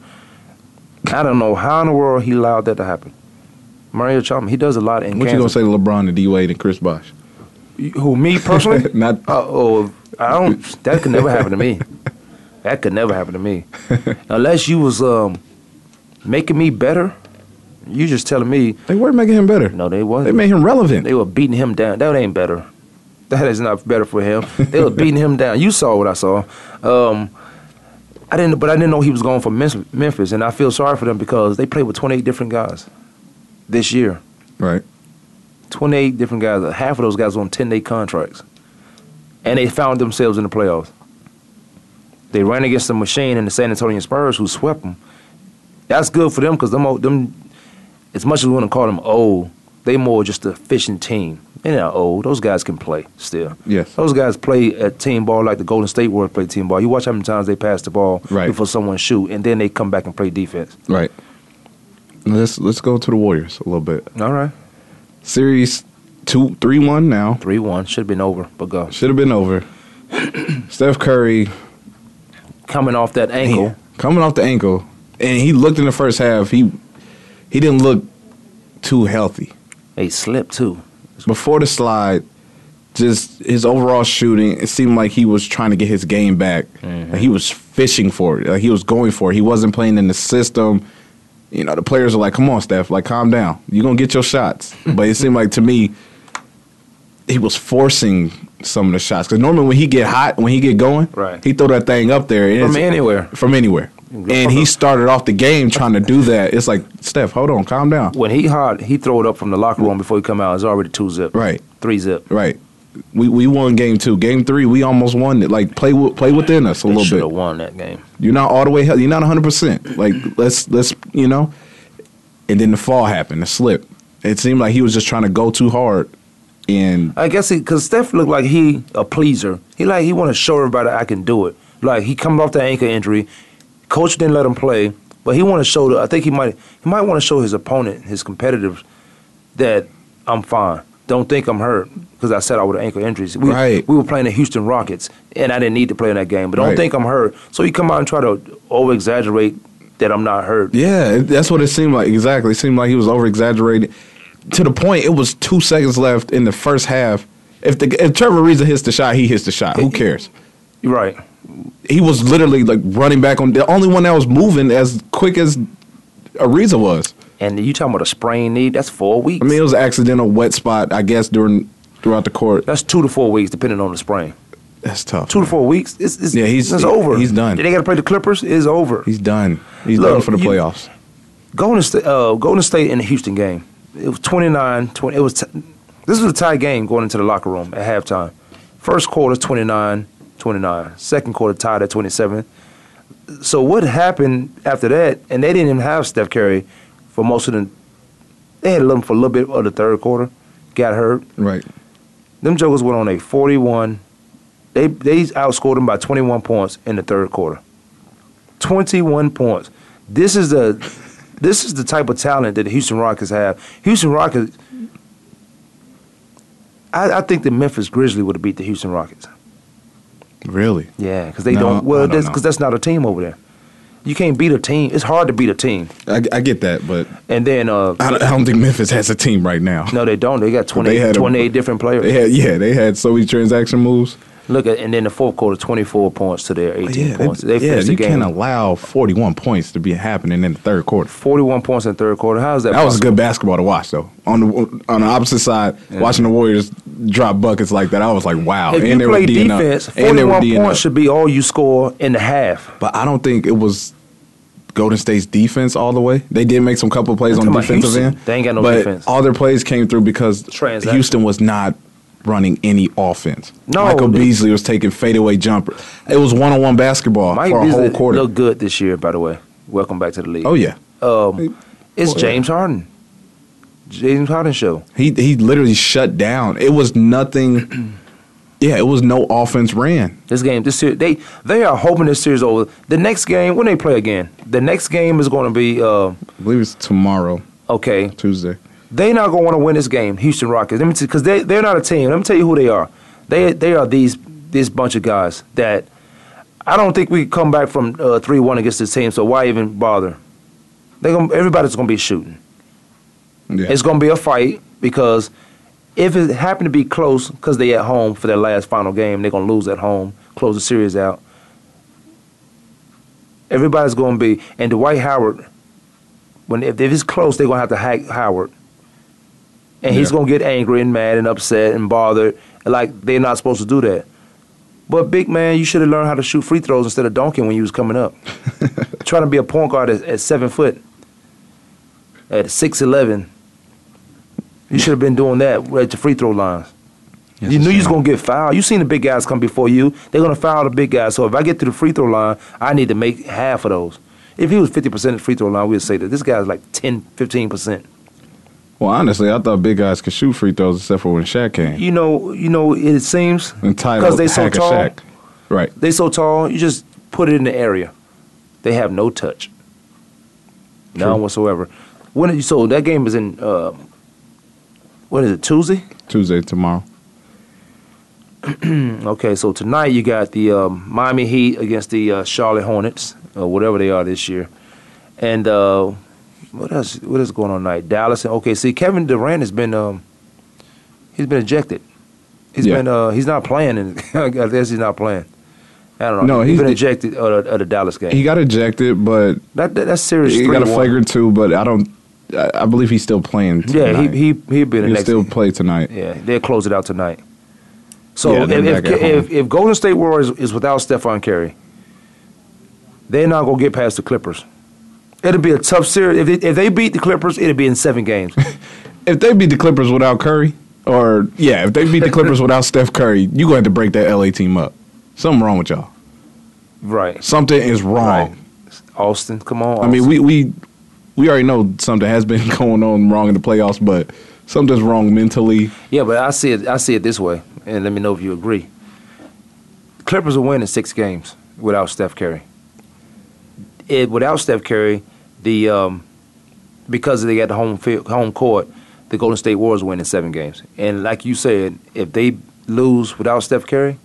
[SPEAKER 3] I don't know how in the world he allowed that to happen. Mario Chalmers, he does a lot in
[SPEAKER 4] What you gonna
[SPEAKER 3] Kansas.
[SPEAKER 4] say to LeBron and D Wade and Chris Bosh?
[SPEAKER 3] Who me personally?
[SPEAKER 4] Not
[SPEAKER 3] Uh oh, I don't. That could never happen to me. That could never happen to me, unless you was um making me better. You just telling me
[SPEAKER 4] they were making him better.
[SPEAKER 3] no, they wasn't.
[SPEAKER 4] They made him relevant.
[SPEAKER 3] They were beating him down. That ain't better. That is not better for him. They were beating him down. You saw what I saw. Um, I didn't, but I didn't know he was going for Mem- Memphis, and I feel sorry for them because they played with 28 different guys this year.
[SPEAKER 4] Right.
[SPEAKER 3] 28 different guys. Half of those guys on 10 day contracts. And they found themselves in the playoffs. They ran against the machine in the San Antonio Spurs who swept them. That's good for them because them, old- them, as much as we want to call them old, they more just a fishing team. They're not old. Those guys can play still.
[SPEAKER 4] Yes.
[SPEAKER 3] Those guys play at team ball like the Golden State Warriors play team ball. You watch how many times they pass the ball
[SPEAKER 4] Right.
[SPEAKER 3] before someone shoot, and then they come back and play defense.
[SPEAKER 4] Right. Let's let's go to the Warriors a little bit.
[SPEAKER 3] All right.
[SPEAKER 4] Series two three one now.
[SPEAKER 3] 3 1. Should have been over, but go.
[SPEAKER 4] Should have been over. Steph Curry
[SPEAKER 3] Coming off that ankle.
[SPEAKER 4] man, coming off the ankle, and he looked in the first half. He he didn't look too healthy
[SPEAKER 3] They slipped too.
[SPEAKER 4] before the slide. Just his overall shooting, it seemed like he was trying to get his game back.
[SPEAKER 3] Mm-hmm.
[SPEAKER 4] Like he was fishing for it. Like he was going for it. He wasn't playing in the system. You know, the players are like, "Come on, Steph, like calm down. You're gonna get your shots." but it seemed like to me, he was forcing some of the shots because normally when he get hot, when he get going,
[SPEAKER 3] Right.
[SPEAKER 4] he throw that thing up there and
[SPEAKER 3] From
[SPEAKER 4] it's-
[SPEAKER 3] anywhere.
[SPEAKER 4] from anywhere. And he started off the game trying to do that. It's like, Steph, hold on, calm down.
[SPEAKER 3] When he hot, he throw it up from the locker room before he come out. It's already two zip,
[SPEAKER 4] Right.
[SPEAKER 3] Three zip.
[SPEAKER 4] Right. We we won game two. Game three, we almost won it. Like play wi- play within us a
[SPEAKER 3] They should
[SPEAKER 4] little
[SPEAKER 3] have
[SPEAKER 4] bit.
[SPEAKER 3] won that game.
[SPEAKER 4] You're not all the way. healthy. You're not 100. percent Like let's let's you know. And then the fall happened. The slip. It seemed like he was just trying to go too hard. And
[SPEAKER 3] I guess because Steph looked like he a pleaser. He like he want to show everybody I can do it. Like he coming off the ankle injury, coach didn't let him play, but he want to show. The, I think he might he might want to show his opponent, his competitors, that I'm fine. Don't think I'm hurt because I said I would have ankle injuries. We,
[SPEAKER 4] Right.
[SPEAKER 3] we were playing the Houston Rockets, and I didn't need to play in that game. But don't
[SPEAKER 4] Right.
[SPEAKER 3] think I'm hurt. So you come out and try to over exaggerate that I'm not hurt.
[SPEAKER 4] yeah, it- that's what it seemed like. Exactly. It seemed like he was over exaggerated to the point it was two seconds left in the first half. If the if Trevor Reza hits the shot, he hits the shot. Who cares?
[SPEAKER 3] You're right.
[SPEAKER 4] he was literally like running back on the only one that was moving as quick as Ariza was.
[SPEAKER 3] And you talking about a sprained knee? That's four weeks.
[SPEAKER 4] I mean, it was an accidental wet spot, I guess, during throughout the court.
[SPEAKER 3] that's two to four weeks, depending on the sprain.
[SPEAKER 4] That's tough.
[SPEAKER 3] Two to four weeks. It's, it's
[SPEAKER 4] Yeah, he's-
[SPEAKER 3] it's over.
[SPEAKER 4] he's done.
[SPEAKER 3] They got to play the Clippers. It's over.
[SPEAKER 4] He's done. He's
[SPEAKER 3] Look,
[SPEAKER 4] done for the
[SPEAKER 3] you-
[SPEAKER 4] playoffs.
[SPEAKER 3] Golden State, uh, Golden State in the Houston game. It was 29 20. It was t- this was a tie game going into the locker room at halftime. First quarter 29 29. Second quarter tied at 27. So what happened after that? And they didn't even have Steph Curry for most of the. They had him for a little bit of the third quarter. Got hurt.
[SPEAKER 4] Right.
[SPEAKER 3] Them jokers went on a 41. They they outscored them by 21 points in the third quarter. 21 points. This is the this is the type of talent that the Houston Rockets have. Houston Rockets. I, I think the Memphis Grizzlies would have beat the Houston Rockets.
[SPEAKER 4] Really.
[SPEAKER 3] Yeah, because they
[SPEAKER 4] No,
[SPEAKER 3] don't.
[SPEAKER 4] I
[SPEAKER 3] Well,
[SPEAKER 4] don't
[SPEAKER 3] that's
[SPEAKER 4] know.
[SPEAKER 3] because that's not a team over there. You can't beat a team. It's hard to beat a team.
[SPEAKER 4] I, I get that, but
[SPEAKER 3] And then uh,
[SPEAKER 4] I don't, I don't think Memphis has a team right now.
[SPEAKER 3] no, they don't. They got 28,
[SPEAKER 4] had a-
[SPEAKER 3] 28 different players.
[SPEAKER 4] They had yeah, they had so many transaction moves.
[SPEAKER 3] Look at and then the fourth quarter, twenty four points to their eighteen
[SPEAKER 4] Oh, Yeah,
[SPEAKER 3] points. They,
[SPEAKER 4] yeah,
[SPEAKER 3] finished the
[SPEAKER 4] you
[SPEAKER 3] game
[SPEAKER 4] can't allow forty-one points to be happening in the third quarter.
[SPEAKER 3] forty one points in the third quarter. How is that?
[SPEAKER 4] That was
[SPEAKER 3] possible?
[SPEAKER 4] good basketball to watch, though. On the on the opposite side, watching the Warriors drop buckets like that, I was like, wow.
[SPEAKER 3] If you play
[SPEAKER 4] D'ing up.
[SPEAKER 3] defense, forty
[SPEAKER 4] And they were
[SPEAKER 3] one
[SPEAKER 4] D'ing
[SPEAKER 3] points
[SPEAKER 4] up.
[SPEAKER 3] should be all you score in the half.
[SPEAKER 4] But I don't think it was Golden State's defense all the way. They did make some couple plays on
[SPEAKER 3] talking
[SPEAKER 4] the
[SPEAKER 3] about
[SPEAKER 4] defensive
[SPEAKER 3] Houston.
[SPEAKER 4] end.
[SPEAKER 3] They ain't got no
[SPEAKER 4] but
[SPEAKER 3] defense.
[SPEAKER 4] All their plays came through because
[SPEAKER 3] Transaction.
[SPEAKER 4] Houston was not running any offense.
[SPEAKER 3] No,
[SPEAKER 4] Michael
[SPEAKER 3] they-
[SPEAKER 4] Beasley was taking fadeaway jumpers. It was one on one basketball
[SPEAKER 3] Mike
[SPEAKER 4] for a
[SPEAKER 3] Beasley
[SPEAKER 4] whole quarter.
[SPEAKER 3] looked good this year, by the way. Welcome back to the league.
[SPEAKER 4] oh yeah.
[SPEAKER 3] um, it's
[SPEAKER 4] Boy.
[SPEAKER 3] James Harden. James Harden show.
[SPEAKER 4] He he literally shut down. It was nothing. Yeah, it was no offense ran.
[SPEAKER 3] This game, this series, they they are hoping this series over. The next game, when they play again, the next game is going to be uh,
[SPEAKER 4] I believe it's tomorrow,
[SPEAKER 3] okay.
[SPEAKER 4] Tuesday.
[SPEAKER 3] they not gonna want to win this game, Houston Rockets. Let me because they they're not a team. Let me tell you who they are. They they are these this bunch of guys that I don't think we could come back from uh, 3-1 against this team, so why even bother? They gonna, everybody's going to be shooting.
[SPEAKER 4] Yeah.
[SPEAKER 3] It's going to be a fight because if it happened to be close because they at home for their last final game, they're going to lose at home, close the series out. Everybody's going to be, and Dwight Howard, when if, if it's close, they're going to have to hack Howard. And he's
[SPEAKER 4] Yeah.
[SPEAKER 3] going to get angry and mad and upset and bothered. Like, they're not supposed to do that. But, big man, you should have learned how to shoot free throws instead of dunking when you was coming up. Trying to be a point guard at, at seven foot, at 6'11, you should have been doing that at the free throw lines. you knew you was gonna get fouled. You seen the big guys come before you. They're gonna foul the big guys. So if I get to the free throw line, I need to make half of those. If he was fifty percent at the free throw line, we'd say that this guy's like 10, 15 percent.
[SPEAKER 4] Well, honestly, I thought big guys could shoot free throws except for when Shaq came.
[SPEAKER 3] You know, you know, it seems
[SPEAKER 4] Entitled
[SPEAKER 3] they so
[SPEAKER 4] Hack of
[SPEAKER 3] tall.
[SPEAKER 4] Shaq. Right.
[SPEAKER 3] they so tall, you just put it in the area. They have no touch. None
[SPEAKER 4] True.
[SPEAKER 3] whatsoever. When did you so that game is in uh, what is it, Tuesday?
[SPEAKER 4] Tuesday tomorrow.
[SPEAKER 3] Okay, so tonight you got the um, Miami Heat against the uh, Charlotte Hornets, or whatever they are this year, and uh, what else? What is going on tonight? Dallas and OKC. Kevin Durant has been um, he's been ejected. He's
[SPEAKER 4] Yeah.
[SPEAKER 3] been uh, he's not playing. In, I guess he's not playing. I don't know.
[SPEAKER 4] No,
[SPEAKER 3] he's
[SPEAKER 4] he's
[SPEAKER 3] been
[SPEAKER 4] the-
[SPEAKER 3] ejected uh, out of, out of Dallas game.
[SPEAKER 4] He got ejected, but
[SPEAKER 3] that, that, that's serious.
[SPEAKER 4] he got a
[SPEAKER 3] 3-1.
[SPEAKER 4] flagrant two. But I don't. I, I believe he's still playing. Tonight.
[SPEAKER 3] Yeah, he he he been the
[SPEAKER 4] He'll
[SPEAKER 3] next.
[SPEAKER 4] still play tonight.
[SPEAKER 3] Yeah, they'll close it out tonight. So
[SPEAKER 4] Yeah,
[SPEAKER 3] if,
[SPEAKER 4] they're
[SPEAKER 3] if,
[SPEAKER 4] back at
[SPEAKER 3] if, if Golden State Warriors is without Stephon Curry, they're not gonna get past the Clippers. It'll be a tough series. If they, if they beat the Clippers, it'll be in seven games.
[SPEAKER 4] If they beat the Clippers without Curry, or yeah, if they beat the Clippers without Steph Curry, you gonna have to break that LA team up. Something wrong with y'all.
[SPEAKER 3] right,
[SPEAKER 4] Something is wrong.
[SPEAKER 3] Right. Austin, come on.
[SPEAKER 4] I mean, we we we already know something has been going on wrong in the playoffs, but something's wrong mentally.
[SPEAKER 3] yeah, but I see it. I see it this way, and let me know if you agree. Clippers will win in six games without Steph Curry. It, without Steph Curry, the um, because they got the home field, home court, the Golden State Warriors win in seven games. And like you said, if they lose without Steph Curry,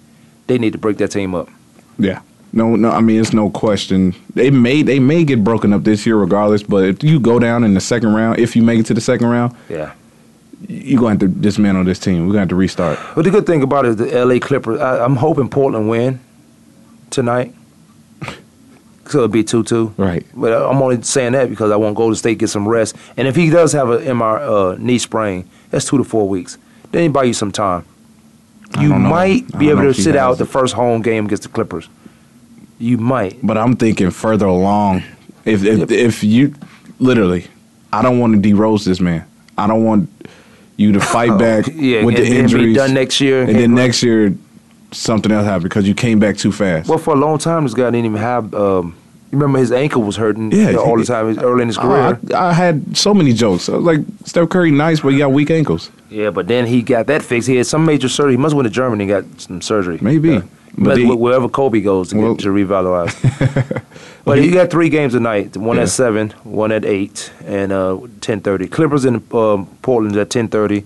[SPEAKER 3] they need to break that team up.
[SPEAKER 4] Yeah. No, no. I mean, it's no question. They may they may get broken up this year, regardless. But if you go down in the second round, if you make it to the second round,
[SPEAKER 3] Yeah.
[SPEAKER 4] you're gonna have to dismantle this team. We're gonna have to restart.
[SPEAKER 3] But the good thing about it is the LA Clippers. I, I'm hoping Portland win tonight, so it'll be two two.
[SPEAKER 4] Right.
[SPEAKER 3] But I- I'm only saying that because I want Golden State get some rest. And if he does have an MR uh, knee sprain, that's two to four weeks. Then he buy you some time. You
[SPEAKER 4] don't know.
[SPEAKER 3] might
[SPEAKER 4] I
[SPEAKER 3] be
[SPEAKER 4] don't
[SPEAKER 3] able
[SPEAKER 4] know
[SPEAKER 3] to
[SPEAKER 4] if he
[SPEAKER 3] sit
[SPEAKER 4] has
[SPEAKER 3] out
[SPEAKER 4] it.
[SPEAKER 3] the first home game against the Clippers. You might.
[SPEAKER 4] But I'm thinking further along. If if, if you literally, I don't want to de-rose this man. I don't want you to fight back
[SPEAKER 3] Oh, yeah,
[SPEAKER 4] with the
[SPEAKER 3] and then be
[SPEAKER 4] injuries.
[SPEAKER 3] done next year and
[SPEAKER 4] and then
[SPEAKER 3] can't-
[SPEAKER 4] next year something else happened because you came back too fast.
[SPEAKER 3] Well, for a long time, this guy didn't even have. Um, you remember his ankle was hurting
[SPEAKER 4] Yeah,
[SPEAKER 3] you know, all the
[SPEAKER 4] he-
[SPEAKER 3] time early in his career.
[SPEAKER 4] Oh, I, I had so many jokes. I was like Steph Curry, nice, but you got weak ankles.
[SPEAKER 3] Yeah, but then he got that fixed. He had some major surgery. He must have went to Germany and got some surgery.
[SPEAKER 4] Maybe.
[SPEAKER 3] Uh,
[SPEAKER 4] But
[SPEAKER 3] but
[SPEAKER 4] the-
[SPEAKER 3] wh- wherever Kobe goes to,
[SPEAKER 4] Well-
[SPEAKER 3] get, to revitalize. but you got three games tonight. One
[SPEAKER 4] Yeah.
[SPEAKER 3] at seven, one at eight, and uh, ten thirty. Clippers in um, Portland at ten thirty.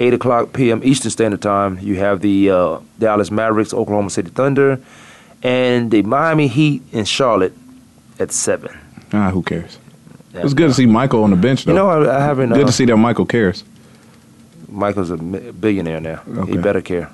[SPEAKER 3] Eight o'clock p.m. Eastern Standard Time. You have the uh, Dallas Mavericks, Oklahoma City Thunder, and the Miami Heat in Charlotte at seven.
[SPEAKER 4] Ah, who cares? It was good to see Michael on the bench though.
[SPEAKER 3] You know, I, I haven't.
[SPEAKER 4] good
[SPEAKER 3] uh,
[SPEAKER 4] to Oh. see that Michael cares.
[SPEAKER 3] Michael's a mi- billionaire now. He
[SPEAKER 4] Okay.
[SPEAKER 3] better care.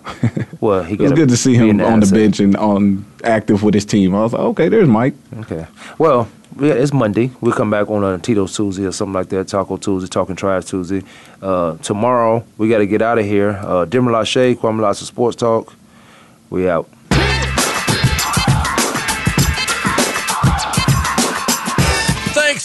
[SPEAKER 3] Well, he
[SPEAKER 4] It was
[SPEAKER 3] got a
[SPEAKER 4] good to see him
[SPEAKER 3] billionaire
[SPEAKER 4] on the
[SPEAKER 3] asset.
[SPEAKER 4] bench and on active with his team. I was like, okay, there's Mike.
[SPEAKER 3] Okay. Well, yeah, it's Monday. We'll come back on a Tito Tuesday or something like that. Taco Tuesday, Talking Trash Tuesday. Uh, tomorrow we got to get out of here. Uh, Dimmer Lachey, Kwame Lassa Sports Talk. We out.
[SPEAKER 8] Thanks